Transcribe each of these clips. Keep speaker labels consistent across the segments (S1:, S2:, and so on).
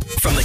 S1: the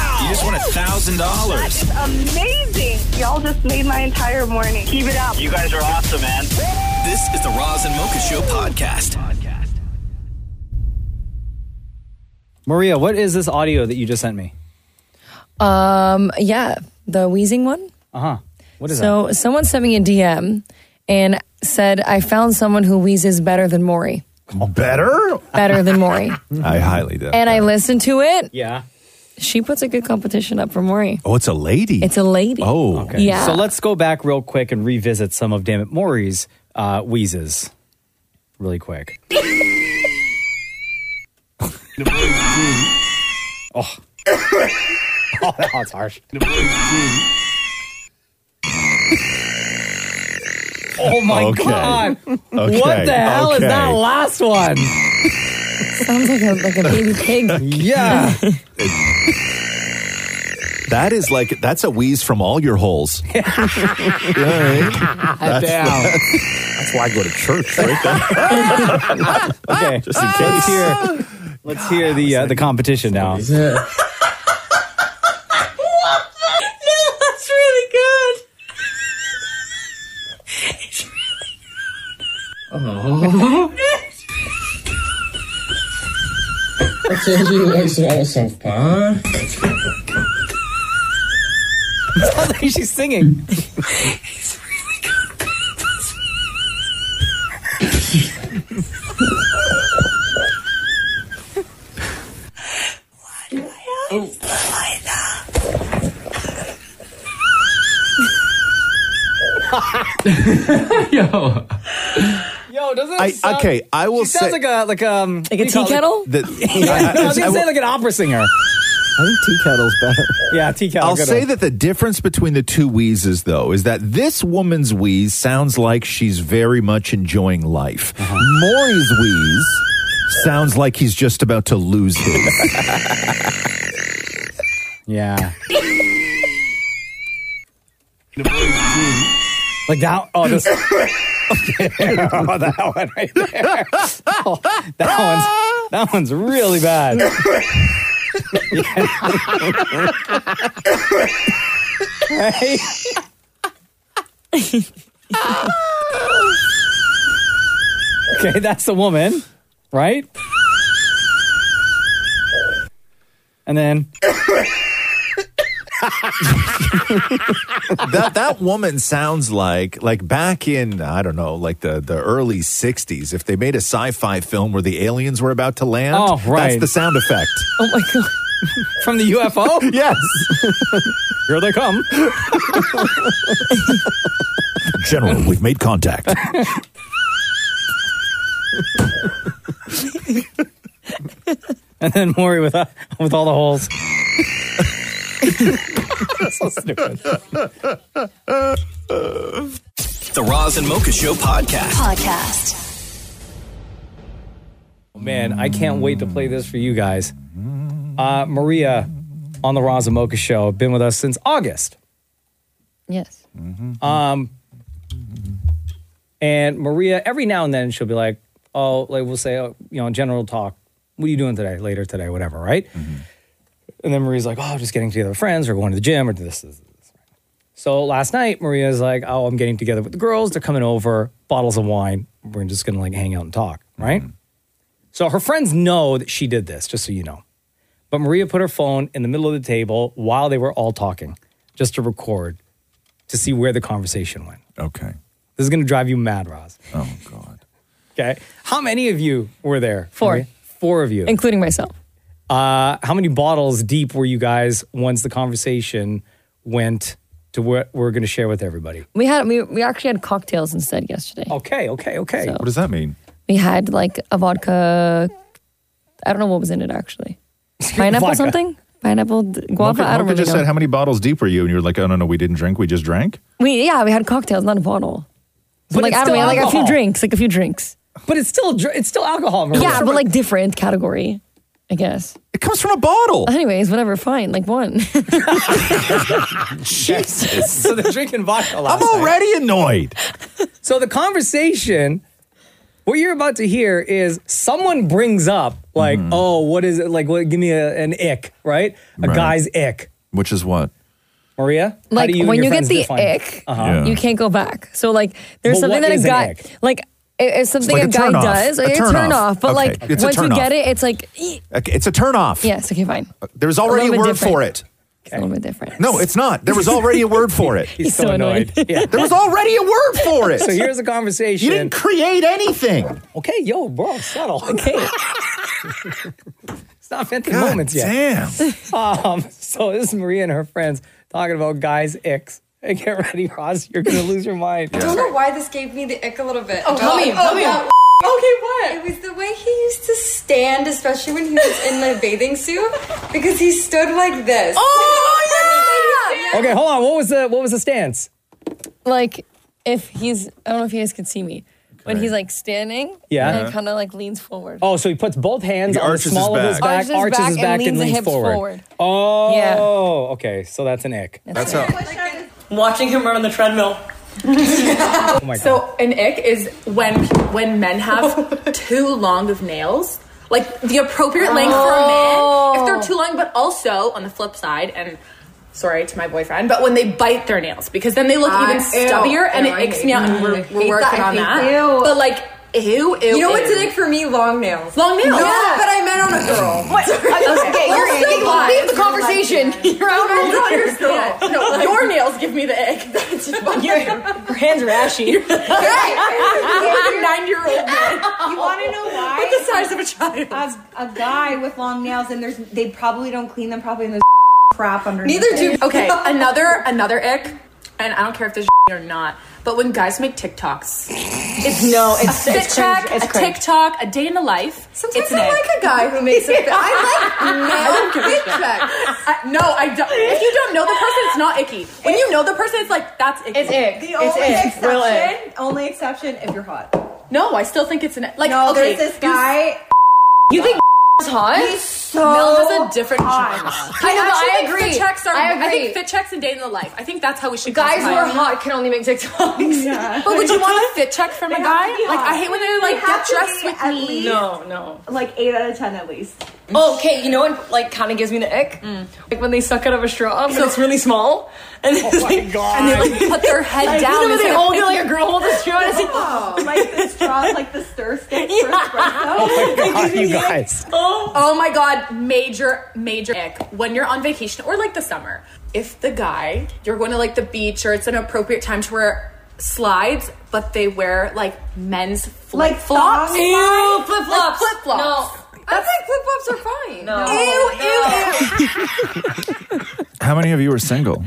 S1: You just won a thousand
S2: That
S1: dollars.
S2: is amazing. Y'all just made my entire morning. Keep it up.
S3: You guys are awesome, man.
S1: This is the Roz and Mocha Show podcast.
S4: Maria, what is this audio that you just sent me?
S5: Um, yeah, the wheezing one.
S4: Uh huh. What is
S5: So someone sent me a DM and said, "I found someone who wheezes better than Maury,
S6: Better?
S5: better than Maury."
S6: I highly doubt.
S5: and I listened to it.
S4: that? Yeah.
S5: She puts a good competition up for Maury.
S6: oh, it's a lady.
S5: It's a lady.
S6: oh,
S4: Okay.
S5: Yeah.
S4: So let's go back real quick and revisit some of Dammit Maury's uh, wheezes. Really quick. oh. oh, that's harsh. oh my
S6: Okay.
S4: God.
S6: Okay.
S4: What the hell is
S6: Okay.
S4: that last one?
S5: sounds like a like a baby pig.
S4: Yeah.
S6: That is like that's a wheeze from all your holes. Yeah, right?
S4: Damn.
S6: That's why I go to church, right? There.
S4: Okay.
S6: Just in
S4: Let's
S6: case.
S4: hear, let's hear the uh, the competition now.
S5: no, that's really good.
S6: Oh.
S4: Sounds like she's singing. Yo. Yo, doesn't it
S6: I,
S4: sound,
S6: okay, I will
S4: She
S6: say
S4: sounds like a like um
S5: Like a tea kettle.
S6: that.
S4: I,
S6: I, I,
S4: was
S6: I
S4: gonna
S6: will-
S4: say like an opera singer.
S7: I think tea kettle's better.
S4: Yeah, tea kettle.
S6: I'll
S4: good
S6: say
S4: one.
S6: that the difference between the two wheezes, though, is that this woman's wheeze sounds like she's very much enjoying life. Maury's wheeze sounds like he's just about to lose his.
S4: Yeah. like that. Oh, this. oh, that one right there. Oh, that one's that one's really bad. Oh right? okay, that's the woman, right? And then
S6: that that woman sounds like like back in I don't know, like the the early '60s. If they made a sci-fi film where the aliens were about to land,
S4: Oh, right.
S6: that's the sound effect.
S5: Oh my god.
S4: from the UFO.
S6: yes,
S4: Here they come.
S6: General, we've made contact.
S4: And then Maury with uh, with all the holes. so stupid.
S1: The Roz and Mocha Show podcast.
S8: Podcast.
S4: Man, I can't wait to play this for you guys. Uh, Maria on the Raza Mocha show, been with us since August. Um,
S5: Yes.
S4: Mm-hmm. And Maria, every now and then she'll be like, oh, like we'll say, oh, you know, general talk. What are you doing today? Later today, whatever, right? And then Maria's like, oh, just getting together with friends or going to the gym or this, this, this. So last night, Maria's like, oh, I'm getting together with the girls. They're coming over, bottles of wine. We're just going to like hang out and talk, right?
S6: Mm-hmm.
S4: So her friends know that she did this, just so you know. But Maria put her phone in the middle of the table while they were all talking just to record to see where the conversation went.
S6: okay.
S4: This is going to drive you mad, Roz.
S6: Oh God.
S4: Okay. How many of you were there?
S5: Four.
S4: Maria? Four of you.
S5: Including myself.
S4: Uh, how many bottles deep were you guys once the conversation went to what we're going to share with everybody?
S5: We had we, we actually had cocktails instead yesterday.
S4: Okay, okay, okay.
S6: What does that mean?
S5: We had like a vodka. I don't know what was in it actually. Pineapple
S4: Vodka.
S5: something? pineapple d- guava.
S6: Mocha,
S5: I don't
S6: Mocha
S5: really
S6: just
S5: know.
S6: said, "How many bottles deep were you?" And you were like, "Oh no, no, we didn't drink. We just drank."
S5: we yeah, we had cocktails, not a bottle. So
S4: But
S5: like
S4: it's
S5: I don't
S4: still
S5: know, like a few
S4: alcohol.
S5: drinks, like a few drinks.
S4: But it's still dr- it's still alcohol. Maria.
S5: Yeah, but like different category, I guess.
S6: It comes from a bottle.
S5: Anyways, whatever, fine. Like one.
S6: Jesus,
S4: so they're drinking vodka.
S6: I'm
S4: Last night.
S6: already annoyed.
S4: So the conversation, what you're about to hear is someone brings up like,
S6: Mm.
S4: oh, what is it? Like, what? Give me a, an ick, right? A
S6: Right.
S4: guy's ick.
S6: Which is what?
S4: Maria, how
S5: like
S4: do and
S5: when
S4: your
S5: you get
S4: friends
S5: the
S4: define it? Uh-huh.
S5: ick,
S6: Yeah.
S5: you can't go back. So like there's
S4: But
S5: something
S4: what
S5: that a
S4: is an
S5: guy
S4: ick?
S5: like i- it's something
S6: like
S5: a,
S6: a
S5: guy
S6: turn-off.
S5: does.
S6: A
S5: it's
S6: turn-off.
S5: turn off. But
S6: Okay.
S5: like
S6: It's a
S5: once you
S6: turn-off.
S5: get it, it's like "Eek."
S6: Okay, It's a turnoff.
S5: yes, okay, fine.
S6: Uh, There's already a,
S5: little
S6: word
S5: bit
S6: for it.
S5: different. It's a little bit different.
S6: No, it's not. There was already a word for it.
S4: He's, so,
S5: so
S4: annoyed. yeah.
S6: There was already a word for it.
S4: So here's a conversation.
S6: you didn't create anything.
S4: okay, yo, bro, settle. Okay. it's not fifty moments yet.
S6: damn.
S4: Um, so this is Maria and her friends talking about guys' icks. And get ready, Ross. You're gonna lose your mind.
S9: I don't know why this gave me the ick a little bit. Oh,
S10: tell me, tell me.
S9: God.
S10: Okay, what?
S9: It was the way he used to stand, especially when he was in the bathing suit, because he stood like this.
S10: Oh, yeah!
S4: Okay, hold on. What was the what was the stance?
S5: like if he's I don't know if you guys can see me, but he's like standing.
S4: Yeah.
S5: And kind of like leans forward.
S4: Oh, so he puts both hands
S6: He
S4: on the
S6: arches his
S4: small of his
S6: back.
S4: back,
S5: Arches his back and leans the hips forward.
S4: Oh,
S5: Yeah.
S4: okay. So that's an ick.
S6: That's how.
S11: Watching him run on the treadmill.
S4: Oh my god.
S10: So an ick is when when men have too long of nails. Like the appropriate length for a
S9: Oh.
S10: man if they're too long, but also on the flip side, and sorry to my boyfriend, but when they bite their nails because then they look
S9: Ah,
S10: even
S9: ew.
S10: stubbier and
S9: Ew,
S10: it
S9: I
S10: icks
S9: hate-
S10: me out, and
S9: mm, I
S10: we're,
S9: hate
S10: we're working
S9: that. I
S10: on
S9: hate
S10: that.
S9: ew.
S10: But like, ew, ew.
S9: You know what's
S10: ew.
S9: an ick for me? Long nails.
S10: Long nails.
S9: Yeah, but I meant on a girl.
S10: What? Okay, you're
S9: you're- you're-
S10: leave
S9: you're lying.
S10: the conversation. You're out
S9: I
S10: of
S9: don't
S10: order.
S9: understand.
S10: No, your nails give me the egg. That's fine. Your, hands are ashy. Nine-year-old man.
S3: You want to know why?
S10: With the size of a child.
S3: As a guy with long nails, and there's they probably don't clean them probably in this crap underneath.
S9: Neither do.
S10: Okay, another another ick, and I don't care if this or not. But when guys make TikToks, it's no, it's a fit check, a TikTok, a day in the life.
S9: Sometimes
S10: it's an
S9: I
S10: ick.
S9: like a guy who makes a fit. I like
S10: give a
S9: male fit
S10: shit.
S9: checks.
S10: I- no, I don't. If you don't know the person, it's not icky. When you know the person, it's like that's icky.
S3: It's ick. The only exception,
S10: Real ick.
S3: only exception if you're hot.
S10: No, I still think it's an like.
S3: No,
S10: okay,
S3: there's this
S10: you-
S3: guy.
S10: You think is hot?
S3: He's so
S10: Mel has a different
S3: hot.
S10: genre.
S9: I know,
S10: actually
S9: I
S10: think
S9: agree.
S10: fit checks are.
S9: I agree.
S10: think fit checks and day in the life. I think that's how we should.
S9: Guys who
S10: classify
S9: are
S10: it.
S9: hot can only make TikToks.
S10: But would you want a fit check from a
S3: have
S10: guy?
S3: to be
S10: Like
S3: hot.
S10: I hate when they're
S3: They
S10: like
S3: have
S10: get
S3: to
S10: dressed
S3: be
S10: with
S3: at
S10: me.
S3: least-
S9: No, no.
S3: Like eight out of ten at least.
S9: Oh, Okay, you know what? Like, kind of gives me the ick.
S5: Mm.
S9: Like when they suck out of a straw, but it's really small, and oh my god,
S10: And they like put their head down.
S9: You know when
S10: It's
S9: they
S10: like-
S9: hold it like a girl holds a straw. And it's like,
S3: Oh, like the straws, like the stir stick for espresso.
S9: Oh
S4: God, you guys.
S10: Oh my god, major, major ick. When you're on vacation or like the summer, if the guy, you're going to like the beach or it's an appropriate time to wear slides, but they wear like men's flip
S3: Like
S10: flops.
S3: thong slides?
S10: flip flops. Flip flops.
S9: I think flip flops are fine. No,
S10: Ew, ew, ew.
S6: How many of you are single?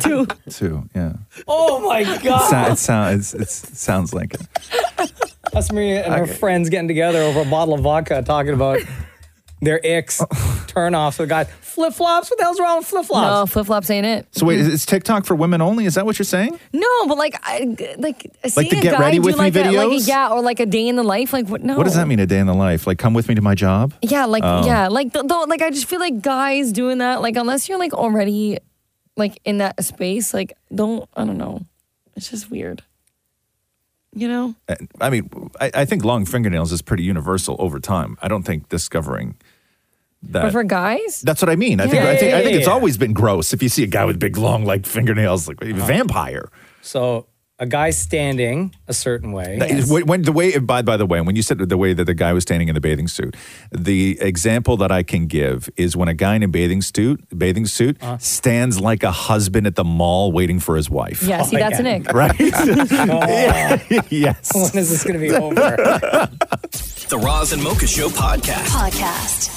S6: Two. Two. Yeah.
S4: Oh my god.
S6: So, it sounds. It's, it sounds like it.
S4: That's Maria and her friends getting together over a bottle of vodka talking about their icks, turn offs with guys. Flip flops? What the hell's wrong with flip
S5: No,
S4: flops?
S5: flip flops ain't it.
S6: So wait, is it's TikTok for women only? Is that what you're saying?
S5: No, but like, I, like seeing
S6: the
S5: a
S6: Get
S5: guy
S6: Ready
S5: do
S6: With Me
S5: like a, like a
S6: videos?
S5: yeah, or like a day in the life. Like what? No.
S6: What does that mean? A day in the life? Like, come with me to my job?
S5: Yeah, like
S6: Oh.
S5: yeah, like th- though, like I just feel like guys doing that. Like unless you're like already like in that space, like don't I don't know. It's just weird. You know.
S6: I mean, I, I think long fingernails is pretty universal over time. I don't think discovering
S5: But
S6: that.
S5: for guys,
S6: That's what I mean. I think.
S4: Yeah,
S6: I think.
S4: yeah,
S6: I think
S4: yeah,
S6: it's
S4: yeah.
S6: always been gross if you see a guy with big, long, like fingernails, like a vampire.
S4: So a guy standing a certain way.
S6: That is- When, when the way by by the way, when you said the way that the guy was standing in the bathing suit, the example that I can give is when a guy in a bathing suit bathing suit stands like a husband at the mall waiting for his wife.
S5: yeah. see, that's
S4: yeah.
S5: an ick.
S6: Right. Yeah. yes.
S4: When is this gonna be over?
S1: The Roz and Mocha Show podcast.
S8: Podcast.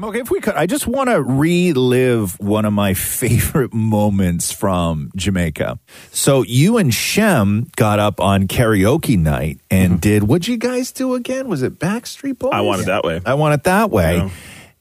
S6: Okay, if we could, I just want to relive one of my favorite moments from Jamaica. So you and Shem got up on karaoke night
S12: Mm-hmm.
S6: and did what'd you guys do again? Was it Backstreet Boys?
S12: I want it that way.
S6: I want it that way.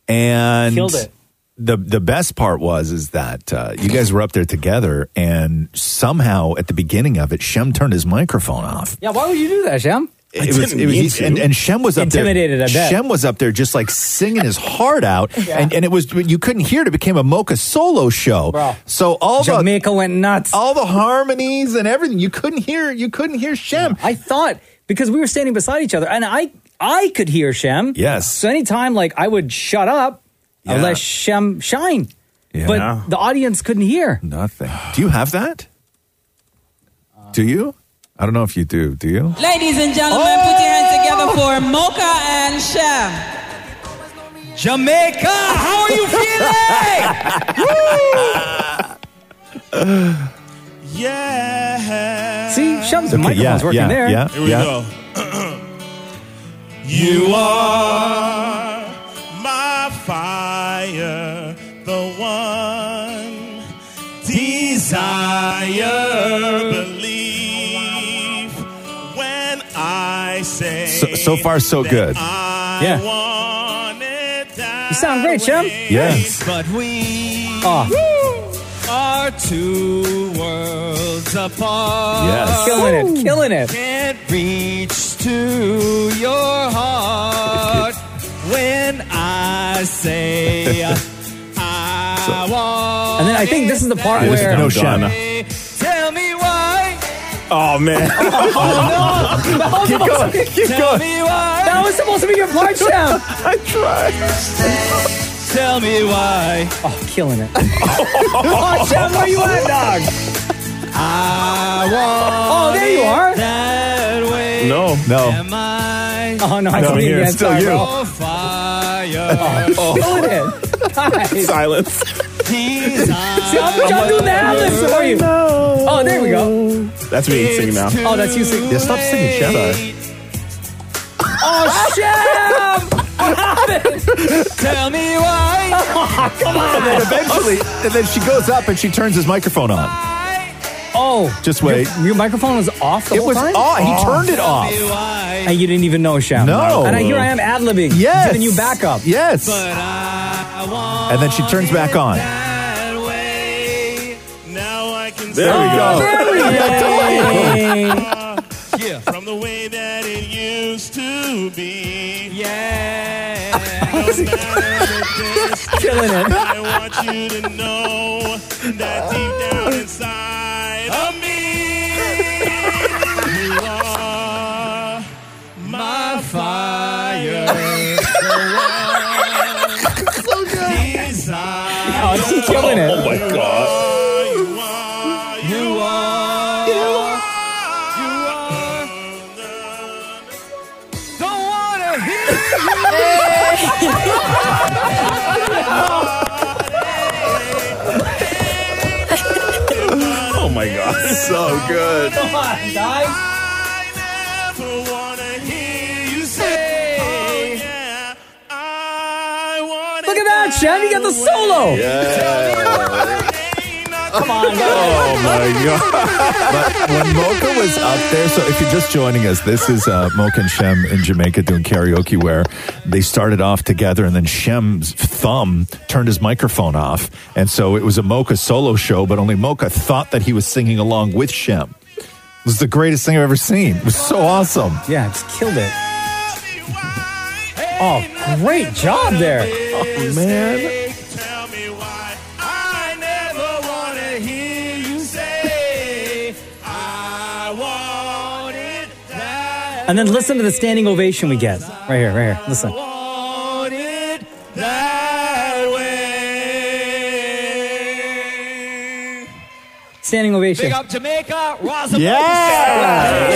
S6: and
S4: Killed it.
S6: The the best part was is that uh, you guys were up there together, and somehow at the beginning of it, Shem turned his microphone off.
S4: Yeah, why would you do that, Shem?
S6: It was, it was, and, and Shem was up
S4: intimidated.
S6: there.
S4: I bet.
S6: Shem was up there just like singing his heart out,
S4: Yeah.
S6: and, and it was you couldn't hear it. It became a Mocha solo show.
S4: Bro.
S6: So all
S4: Jamaica
S6: the
S4: went nuts.
S6: All the harmonies and everything. You couldn't hear. You couldn't hear Shem.
S4: I thought because we were standing beside each other, and I I could hear Shem.
S6: Yes.
S4: So anytime like I would shut up,
S6: Yeah.
S4: I'd let Shem shine.
S6: Yeah.
S4: But the audience couldn't hear.
S6: nothing. Do you have that? Do you? I don't know if you do. Do you?
S13: Ladies and gentlemen, put your hands together for Mocha and Chef.
S3: Jamaica, how are you feeling? yeah.
S4: See, Shum's
S3: Okay,
S4: microphone's
S3: yeah,
S4: working
S3: yeah,
S4: there.
S3: yeah, Here we yeah. go. You are my fire, the one desire. Believe when I say.
S6: So, so far, so good.
S4: Yeah. You sound great, Shem.
S6: Yes.
S3: But we
S4: Oh.
S3: are two worlds apart.
S4: Yes. Killing it, Woo. killing it.
S3: Can't reach to your heart when I say uh, I want.
S4: And then I think this is the part
S3: it.
S4: where
S3: No Shem. Tell me why.
S14: Oh man.
S3: Oh, no. That was
S14: Keep
S3: supposed
S14: going.
S3: to be-
S14: Keep
S3: Tell
S14: going.
S3: me why.
S4: That was supposed to be your part, Shem.
S14: I tried.
S3: Tell me why.
S4: Oh, killing it. oh, Shem, where you at, dog?
S3: I want.
S4: Oh, there you are.
S3: That way.
S14: No.
S6: No.
S4: Oh no, I
S14: No,
S4: can't
S14: here,
S4: hear
S14: it's still you.
S4: Oh,
S6: Oh.
S4: killing it. Nice.
S14: Silence.
S4: See, I'm, I'm doing the Alice for you. Oh, there we go.
S14: That's me singing now.
S4: Oh, that's you singing.
S14: Yeah, stop singing, Shem.
S4: Oh, Shem! What happened?
S3: Tell me why.
S4: come on.
S6: And then eventually, and then she goes up and she turns his microphone on.
S4: Oh,
S6: Just wait.
S4: Your, your microphone was off the
S6: It
S4: whole
S6: was
S4: time?
S6: off. He turned it off.
S4: And you didn't even know, Shem.
S6: No.
S4: And I, here I am ad-libbing.
S6: Yes.
S4: Giving you backup.
S6: Yes. And then she turns back on.
S14: There we go.
S3: Yeah. From the way that it used to be. Yeah.
S4: Killing it.
S3: I want you to know that deep down inside of me, you are my fire. so good.
S4: Oh, she's killing it.
S14: Oh my god.
S3: You are. You are. Don't wanna hear
S14: Oh my god. So good.
S4: Come on, guys.
S3: Never wanna hear you say. Oh, yeah, I want
S4: Look at that, Shem. You got the solo. Come on, guys.
S6: Oh my god! But when Mocha was uh, up there, so if you're just joining us, this is uh, Mocha and Shem in Jamaica doing karaoke, where they started off together, and then Shem's thumb turned his microphone off, and so it was a Mocha solo show, but only Mocha thought that he was singing along with Shem. It was the greatest thing I've ever seen. It was so awesome.
S4: Yeah, just killed it. Oh, great job there.
S6: Oh man.
S3: I never wanna hear you say. I want it that,
S4: And then listen to the standing ovation we get. Right here, right here. Listen.
S3: want it that way.
S4: Standing ovation.
S3: Big up Jamaica, Raza
S4: Yeah.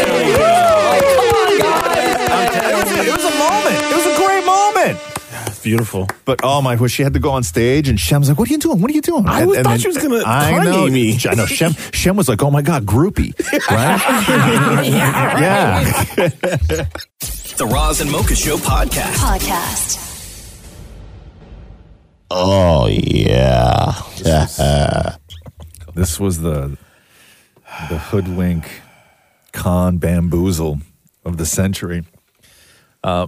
S6: It was a moment. It was a great moment.
S14: It's beautiful.
S6: But oh my, well, she had to go on stage, and Shem's like, "What are you doing? What are you doing?"
S14: I
S6: And-
S14: was-
S6: and
S14: thought she was gonna
S6: I
S14: Kanye
S6: know,
S14: me.
S6: I know. Shem, Shem was like, "Oh my god, groupie!" Right? yeah.
S1: The Roz and Mocha Show podcast.
S15: Podcast.
S6: Oh yeah. this was the the hoodwink, con bamboozle of the century. Uh,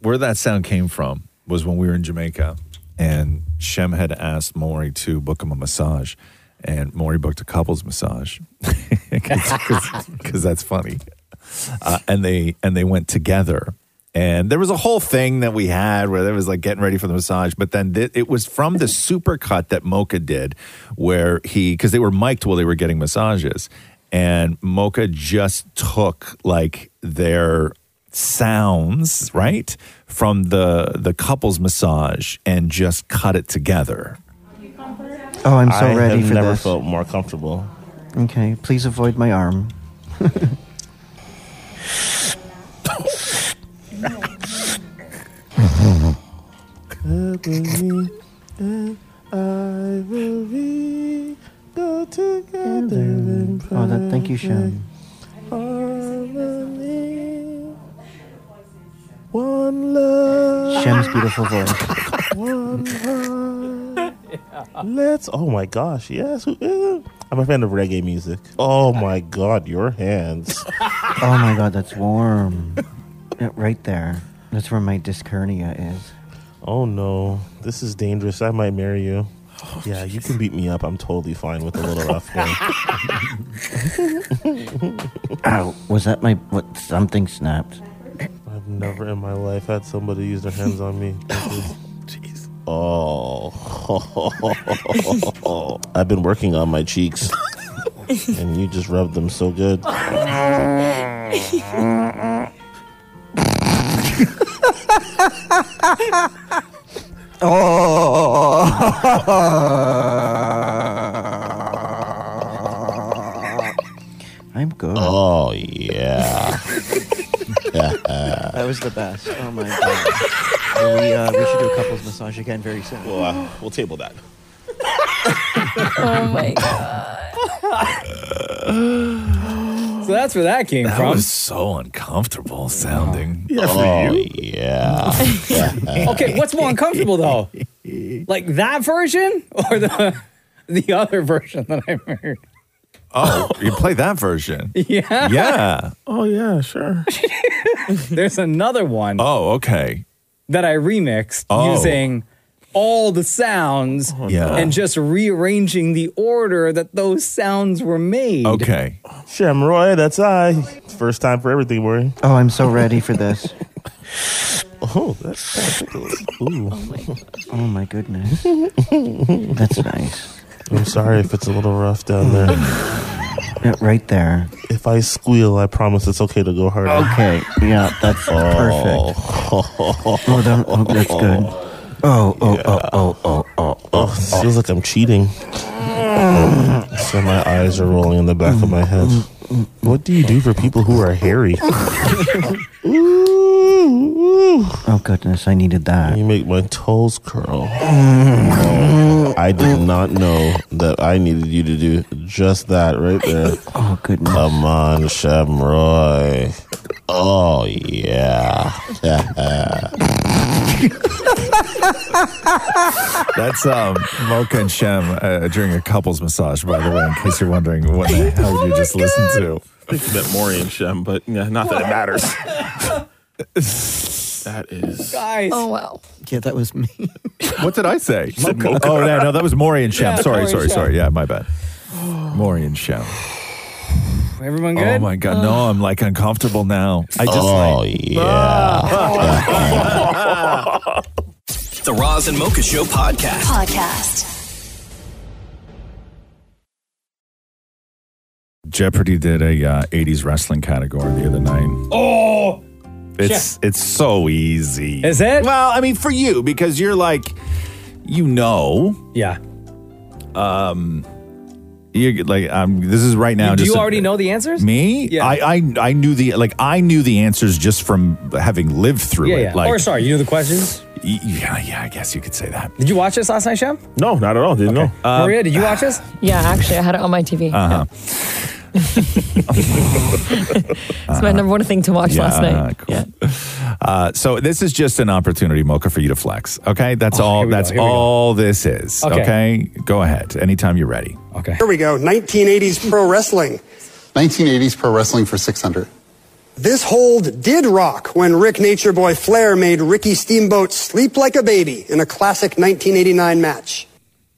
S6: where that sound came from was when we were in Jamaica, and Shem had asked Maury to book him a massage, and Maury booked a couples massage because that's funny. Uh, and they and they went together, and there was a whole thing that we had where there was like getting ready for the massage, but then thi- it was from the supercut that Mocha did, where he because they were mic'd while they were getting massages, and Mocha just took like their sounds right from the the couple's massage and just cut it together.
S16: Oh, I'm so ready
S6: have
S16: for
S6: never
S16: this.
S6: felt
S7: more comfortable.
S16: Okay, please avoid my arm. Oh,
S3: I will be go together in
S16: Oh, that, thank you, Shem.
S3: harmony. One love.
S16: Shem's beautiful voice.
S3: One heart. Let's. Oh my gosh. Yes. Who
S7: eh,
S3: isn't? I'm a fan of reggae music. Oh my god. Your hands.
S16: Oh my god, that's warm. Yeah, right there. That's where my disc hernia is.
S7: Oh no, this is dangerous. I might marry you.
S16: Oh,
S7: Yeah, you can beat me up. I'm totally fine with a little rough one.
S16: Ow. Was that my. What? Something snapped.
S7: I've never in my life had somebody use their hands on me. Oh. Jeez.
S3: Oh. I've been working on my cheeks, and you just rubbed them so good.
S16: Oh. Oh. I'm good.
S7: Oh yeah.
S16: that was the best. Oh my god. Well, we, uh, we should do a couples massage again very soon.
S7: We'll, uh, we'll table that.
S5: oh my god.
S4: So that's where that came
S6: That
S4: from.
S6: was so uncomfortable sounding. Yeah,
S7: for Oh, you.
S6: Yeah.
S4: okay, what's more uncomfortable though? Like that version or the the other version that I heard?
S6: Oh, you play that version.
S4: Yeah.
S6: Yeah.
S7: Oh yeah, sure.
S4: There's another one.
S6: Oh, okay.
S4: That I remixed
S6: Oh.
S4: using all the sounds
S6: Yeah.
S4: and just rearranging the order that those sounds were made.
S6: Okay.
S7: Shem Roy, that's I. First time for everything, Maury.
S16: Oh, I'm so ready for this.
S7: Oh, that's ridiculous. Ooh.
S16: Oh my goodness. That's nice.
S7: I'm sorry if it's a little rough down there.
S16: right there.
S7: If I squeal, I promise it's okay to go harder.
S16: Okay. Yeah, that's perfect. Oh, that, oh, that's good. Oh, oh, oh, oh, oh, oh,
S7: oh. Feels like I'm cheating. so my eyes are rolling in the back of my head.
S16: Mm,
S7: What do you do for people who are hairy?
S16: Oh goodness, I needed that.
S7: You make my toes curl. I did not know that I needed you to do just that right there.
S16: Oh goodness.
S7: Come on, Shamroy. Oh yeah.
S6: That's um, Mocha and Shem uh, during a couples massage, by the way, in case you're wondering what the hell you just listened to.
S14: Thinking about Maury and Shem, but yeah, not that it matters. that is.
S4: Guys.
S5: Oh wow.
S16: Yeah, that was me.
S6: What did I say?
S14: said Mocha.
S6: Oh, no, no, that was Maury and Shem.
S4: Yeah,
S6: sorry,
S4: Maury
S6: sorry,
S4: and Shem.
S6: sorry. Yeah, my bad. Maury and Shem.
S4: Everyone good?
S6: Oh, my God. No, I'm like uncomfortable now. I just
S7: Oh,
S6: like.
S1: The Roz and Mocha Show podcast.
S17: Podcast.
S6: Jeopardy did a uh, 80s wrestling category the other night.
S4: Oh,
S6: It's it's so easy.
S4: Is it?
S6: Well, I mean for you because you're like you know.
S4: Yeah.
S6: Um you like I'm this is right now
S4: do
S6: just
S4: you
S6: a-
S4: already know the answers?
S6: me?
S4: Yeah.
S6: I, I I knew the like I knew the answers just from having lived through
S4: yeah,
S6: it.
S4: yeah.
S6: Like
S4: or sorry, you know the questions?
S6: y- yeah, yeah, I guess you could say that.
S4: Did you watch this last night, Shem?
S14: No, Uh, not at all. Didn't
S6: know.
S4: Maria, did you watch this?
S5: Yeah, actually, I had it on my TV.
S6: Uh-huh.
S5: It's my number one thing to watch last night.
S6: Cool. Uh, so this is just an opportunity, Mocha, for you to flex. Okay,
S4: Oh,
S6: that's all.
S18: here we go,
S6: That's
S18: here we go.
S6: all this is.
S18: Okay.
S6: Okay. go ahead. Anytime you're ready.
S4: Okay.
S18: Here we go. 1980s pro wrestling.
S19: 1980s pro wrestling for 600.
S18: This hold did rock when Rick Nature Boy Flair made Ricky Steamboat sleep like a baby in a classic 1989 match.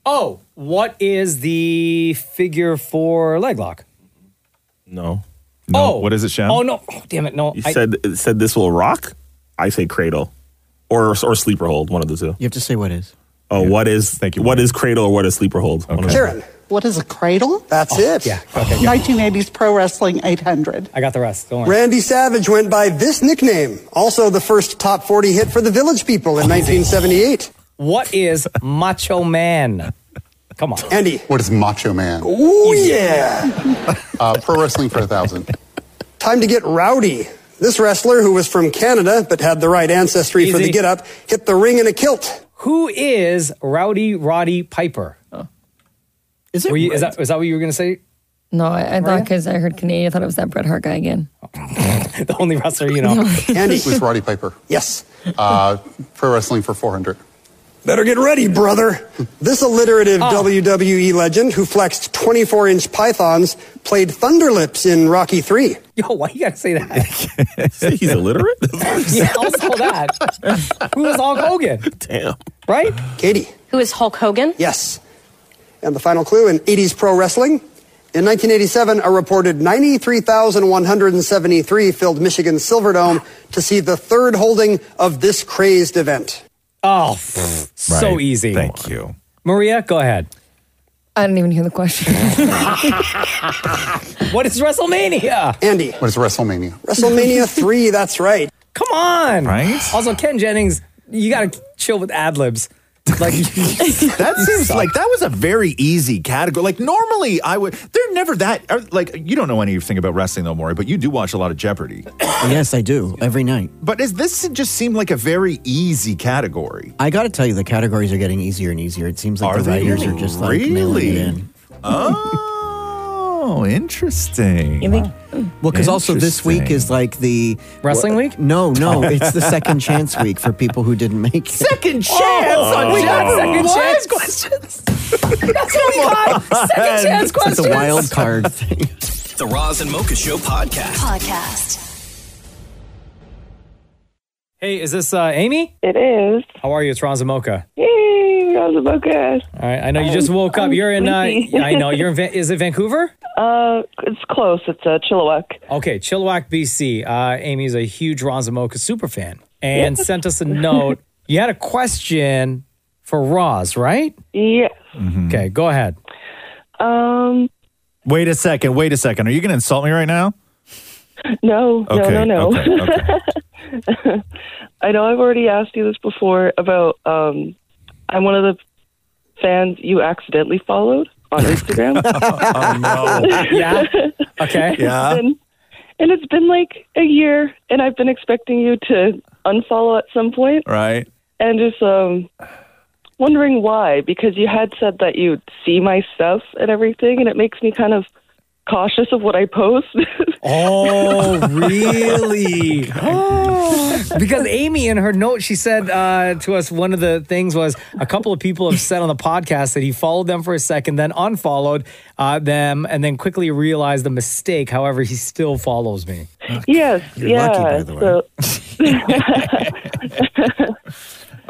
S4: Oh, what is the figure for leg lock?
S14: No.
S4: No. Oh.
S14: What is it, Sham?
S4: Oh no! Oh, damn it! No,
S14: You
S4: I-
S14: said it said this will rock. I say cradle, or or sleeper hold. One of the two. You
S16: have to say what is.
S14: Oh, what is? Thank you. What is cradle or what is sleeper hold? One of them.
S16: What is a cradle?
S18: That's
S4: Oh,
S18: it. Yeah.
S16: 1980s Pro Wrestling 800.
S4: I got the rest. Don't
S18: Randy Savage went by this nickname, also the first top 40 hit for the Village People in 1978.
S4: What is Macho Man? Come on.
S18: Andy.
S3: What is Macho Man?
S18: Ooh, Oh, yeah.
S3: Uh, Pro Wrestling for a Thousand.
S18: Time to get rowdy. This wrestler, who was from Canada but had the right ancestry for the
S4: Easy.
S18: get up, hit the ring in a kilt.
S4: Who is Rowdy Roddy Piper? Is it? is that is that what you were going to say?
S5: No, I, I thought because I heard Canadian, I thought it was that Bret Hart guy again.
S4: the only wrestler you know.
S3: Andy was Roddy Piper.
S18: Yes.
S3: Uh, pro Wrestling for 400.
S18: Better get ready, brother. This alliterative
S4: Oh.
S18: WWE legend who flexed 24 inch pythons played Thunderlips in Rocky 3.
S4: Yo, why you gotta say that?
S14: He's illiterate.
S4: yeah, also that. Who is Hulk Hogan?
S14: Damn.
S4: Right?
S18: Katie.
S20: Who is Hulk Hogan?
S18: Yes. And the final clue in 80s pro wrestling. In 1987, a reported 93,173 filled Michigan's Silverdome to see the third holding of this crazed event.
S4: Oh, pff, so
S18: Right.
S4: easy.
S18: Thank
S4: you. Maria, go ahead.
S5: I didn't even hear the question.
S4: What is WrestleMania?
S18: Andy.
S3: What is WrestleMania?
S18: WrestleMania 3, that's right.
S4: Come on.
S3: Right?
S4: Also, Ken Jennings, you gotta chill with ad libs. Like,
S6: that seems like that was a very easy category. Like normally, I would. They're never that. uh, Like you don't know anything about wrestling, though, Maury. But you do watch a lot of Jeopardy.
S16: yes, I do every night.
S6: But is this just seemed like a very easy category?
S16: I got to tell you, the categories are getting easier and easier. It seems like
S6: Are
S16: the
S6: they
S16: writers are just like mailing it
S6: really?
S16: in.
S6: Oh, interesting.
S16: You think- Well, because also this week is like the
S6: Wrestling
S16: week. No, no, it's the second chance week for people who didn't make it.
S6: Second
S4: Oh,
S6: chance
S16: on
S6: we got
S16: Jeopardy!
S6: second
S16: What?
S6: chance
S4: questions.
S6: That's
S4: what we got. Second chance
S16: It's
S4: questions.
S16: a wild card.
S1: The Roz and Mocha Show podcast.
S21: Podcast.
S4: Hey, is this uh, Amy?
S2: It is.
S4: How are you? It's Ron Zamoka.
S2: Yay, that was a boca.
S4: All right, I know you just woke up.
S2: I'm
S4: You're in. Uh,
S2: sleepy.
S4: yeah, I know you're in. Van- Is it Vancouver?
S2: Uh, it's close. It's uh, Chilliwack.
S4: Okay, Chilliwack, BC. Uh, Amy's a huge Ron Zamoka super fan and
S2: Yes.
S4: sent us a note. You had a question for Roz, right?
S2: Yeah. Mm-hmm.
S4: Okay, go ahead.
S2: Um,
S6: Wait a second. Wait a second. Are you going to insult me right now?
S2: no,
S6: Okay,
S2: no, no, no.
S6: okay,
S2: I know I've already asked you this before about um, I'm one of the fans you accidentally followed on Instagram.
S6: oh
S4: yeah. Okay.
S6: Yeah.
S2: And, and it's been like a year, and I've been expecting you to unfollow at some point.
S6: Right.
S2: and just um wondering why because you had said that you see my stuff and everything and it makes me kind of cautious of what i post
S4: Oh, really? Oh. Because Amy, in her note, she said uh, to us one of the things was a couple of people have said on the podcast that he followed them for a second, then unfollowed uh, them, and then quickly realized the mistake. However, he still follows me.
S2: yes yeah so-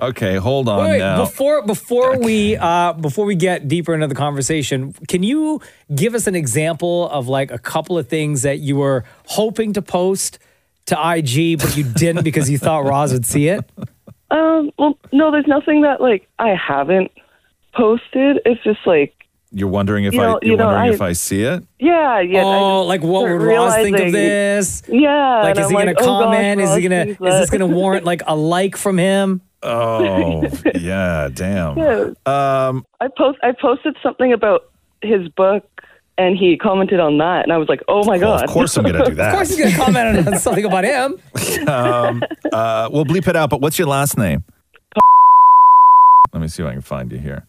S6: Okay, hold on
S4: Wait, wait,
S6: now.
S4: before before we uh, before we get deeper into the conversation, can you give us an example of like a couple of things that you were hoping to post to IG, but you didn't because you thought Roz would see it?
S2: um well no there's nothing that like i haven't posted it's just like
S6: You're wondering if
S2: You know-
S6: I you're
S2: you know,
S6: wondering if
S2: I-
S6: I see it.
S2: yeah yeah
S4: Oh, like, what would Roz think of this?
S2: yeah
S4: like,
S2: and
S4: is
S2: I'm
S4: he gonna
S2: like, oh, gosh,
S4: comment? is
S2: Roz
S4: he gonna
S2: sees
S4: is this
S2: that.
S4: gonna warrant like a like from him?
S6: Oh, yeah, damn.
S2: Yeah.
S6: Um,
S2: I post I posted something about his book and he commented on that and I was like, "Oh my god."
S6: of course I'm gonna do that.
S4: Of course, he's gonna comment on something about him.
S6: um, uh, we'll bleep it out. But what's your last name? Let me see if I can find you here.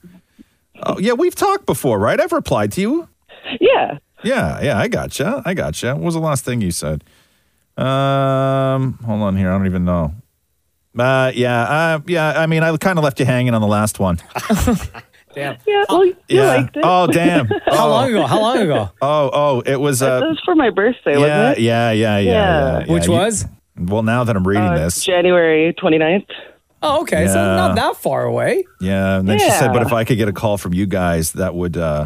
S6: Oh yeah, we've talked before, right? I've replied to you.
S2: Yeah.
S6: Yeah, yeah, I gotcha. I gotcha. What was the last thing you said? Um, hold on here. I don't even know. Uh, yeah, uh, yeah. I mean, I kind of left you hanging on the last one.
S4: Damn.
S22: Yeah, well, you liked it.
S6: Oh damn.
S4: How long ago? How long ago?
S6: Oh oh, it was. Uh,
S22: That was for my birthday,
S6: yeah,
S22: wasn't it?
S6: yeah, yeah, yeah,
S22: Yeah.
S6: yeah,
S22: Which
S6: was? Well, now that I'm reading
S22: Uh,
S6: this,
S22: January 29th.
S4: Oh, okay.
S6: so Yeah. not that
S4: far away.
S6: yeah. And then she said,
S22: Yeah.
S6: "But if I could get a call from you guys, that would uh,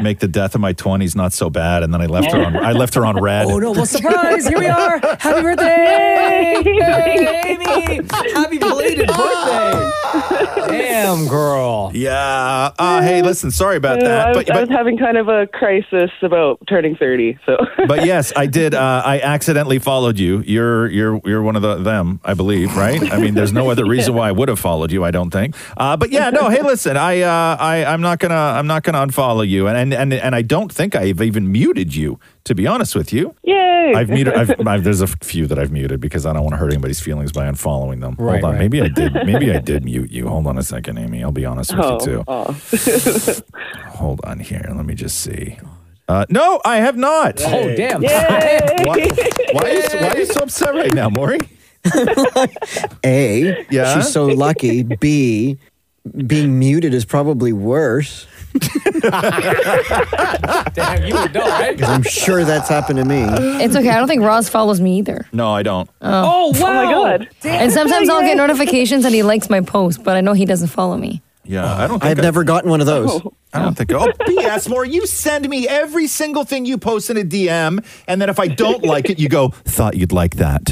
S6: make the death of my 20s not so bad." And then I left her on. I left her on red.
S4: Oh no! Well, surprise! Here we are. Happy birthday, Hey, Amy! Happy belated birthday. Damn, girl.
S6: Yeah. Uh, hey, listen. Sorry about
S22: Yeah, I
S6: that.
S22: was,
S6: But but
S22: I was having kind of a crisis about turning 30. So
S6: but yes, I did. Uh, I accidentally followed you. You're you're you're one of the, them, I believe, right? I mean, there's no other reason why I would have followed you. I don't think. Uh, but yeah, no. Hey, listen, I uh, I I'm not gonna I'm not gonna unfollow you, and and and, and I don't think I've even muted you. To be honest with you,
S22: Yay!
S6: I've muted. I've, I've, there's a few that I've muted because I don't want to hurt anybody's feelings by unfollowing them.
S22: Right,
S6: Hold on,
S22: right.
S6: maybe I did. Maybe I did mute you. Hold on a second, Amy. I'll be honest with
S4: Oh,
S6: you too.
S22: Oh,
S6: Hold on here. Let me just see. Uh, no, I have not.
S4: Oh, damn.
S6: Why, why, are you, so- why are you so upset right now, Maury?
S16: A,
S6: Yeah?
S16: she's so lucky. B, being muted is probably worse.
S4: Damn, you were dumb, right?
S16: 'cause I'm sure that's happened to me.
S5: It's okay. I don't think Roz follows me either.
S6: No, I don't.
S4: Oh,
S5: wow.
S22: my God.
S5: And sometimes I'll get notifications that he likes my post, but I know he doesn't follow me.
S6: Yeah, I don't. Think
S16: I've never gotten one of those.
S6: I don't think. Oh, BS, Maury. You send me every single thing you post in a DM, and then if I don't like it, you go, "Thought you'd like that."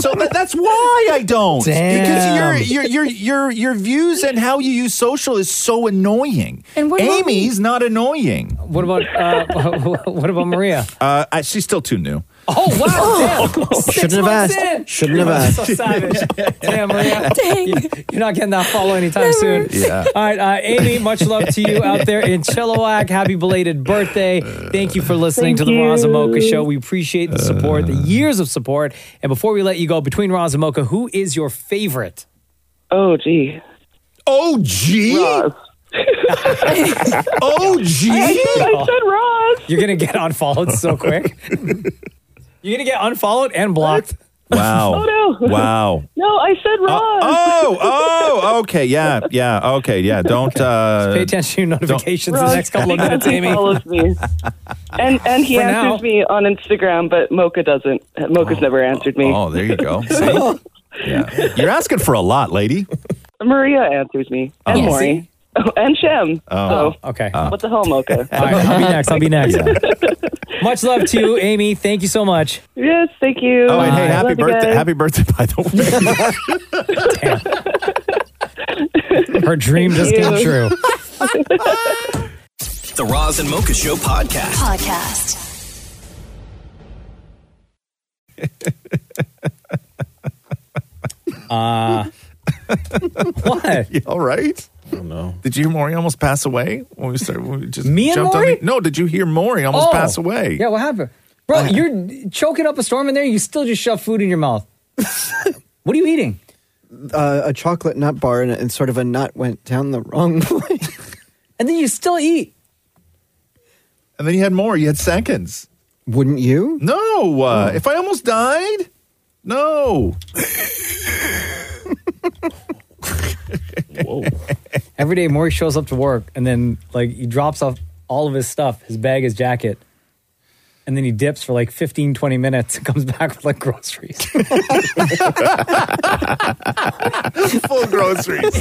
S6: so that, that's why I don't.
S7: Damn.
S6: Because your your your your your views and how you use social is so annoying.
S5: And
S4: what about-
S6: Amy's not annoying.
S4: What about uh, what about Maria?
S6: Uh, I, she's still too new.
S4: Oh wow! Damn. Six
S6: Shouldn't have
S4: months
S6: asked.
S4: in.
S6: Shouldn't have
S4: That's
S6: asked.
S4: So savage. Damn, Maria. You- You're not getting that follow anytime soon.
S6: Yeah.
S4: All right, uh, Amy. Much love to you out there in Chilliwack. Happy belated birthday! Thank you for listening to the
S7: Thank
S4: Roz and Mocha
S7: you.
S4: Show. We appreciate the support,
S6: Uh.
S4: the years of support. And before we let you go, between Roz and Mocha, who is your favorite?
S22: Oh, gee.
S6: Oh, gee. oh, gee.
S22: I said Roz.
S4: You're gonna get unfollowed so quick. You're gonna get unfollowed and blocked.
S6: Wow.
S22: Oh, no.
S6: Wow.
S22: No, I said Roz.
S6: Oh, oh, okay, yeah, yeah, okay, yeah. Don't uh,
S4: Pay attention to your notifications in
S22: Roz
S4: the next couple of
S22: because
S4: minutes,
S22: he
S4: Amy.
S22: follows me. And, and he
S4: For
S22: answers
S4: now.
S22: me on Instagram, but Mocha doesn't. Mocha's never answered me.
S6: Oh, there you go. See? yeah. You're asking for a lot, lady.
S22: Maria answers me. And
S6: Oh.
S22: Maury. Oh, and Shem.
S6: Oh.
S4: Okay.
S22: What the hell, Mocha?
S4: All right, I'll be next. I'll be next. Much love to you, Amy. Thank you so much.
S22: Yes, thank you.
S6: Oh, and hey,
S22: I
S6: happy
S22: love you
S6: birthday!
S22: guys.
S6: Happy birthday, by the way.
S4: Her dream just
S1: Thank
S4: came
S1: you.
S4: true.
S1: The Roz and Mocha Show podcast.
S8: Podcast.
S4: Uh, what?
S6: You all right? I don't know. Did you hear Maury almost pass away when we started? When we just
S4: Me and
S6: jumped
S4: Maury?
S6: On the, no, did you hear Maury almost
S4: Oh.
S6: pass away?
S4: Yeah, what happened?
S6: Oh,
S4: Bro, you're choking up a storm in there. You still just shove food in your mouth. what are you eating?
S16: Uh, a chocolate nut bar and, and sort of a nut went down the wrong way.
S4: and then you still eat.
S6: And then you had more. You had seconds.
S16: Wouldn't you?
S6: No. Uh, If I almost died, no.
S4: Whoa. Every day, Maury shows up to work and then, like, he drops off all of his stuff his bag, his jacket. And then he dips for like 15, 20 minutes and comes back with like groceries.
S6: Full groceries.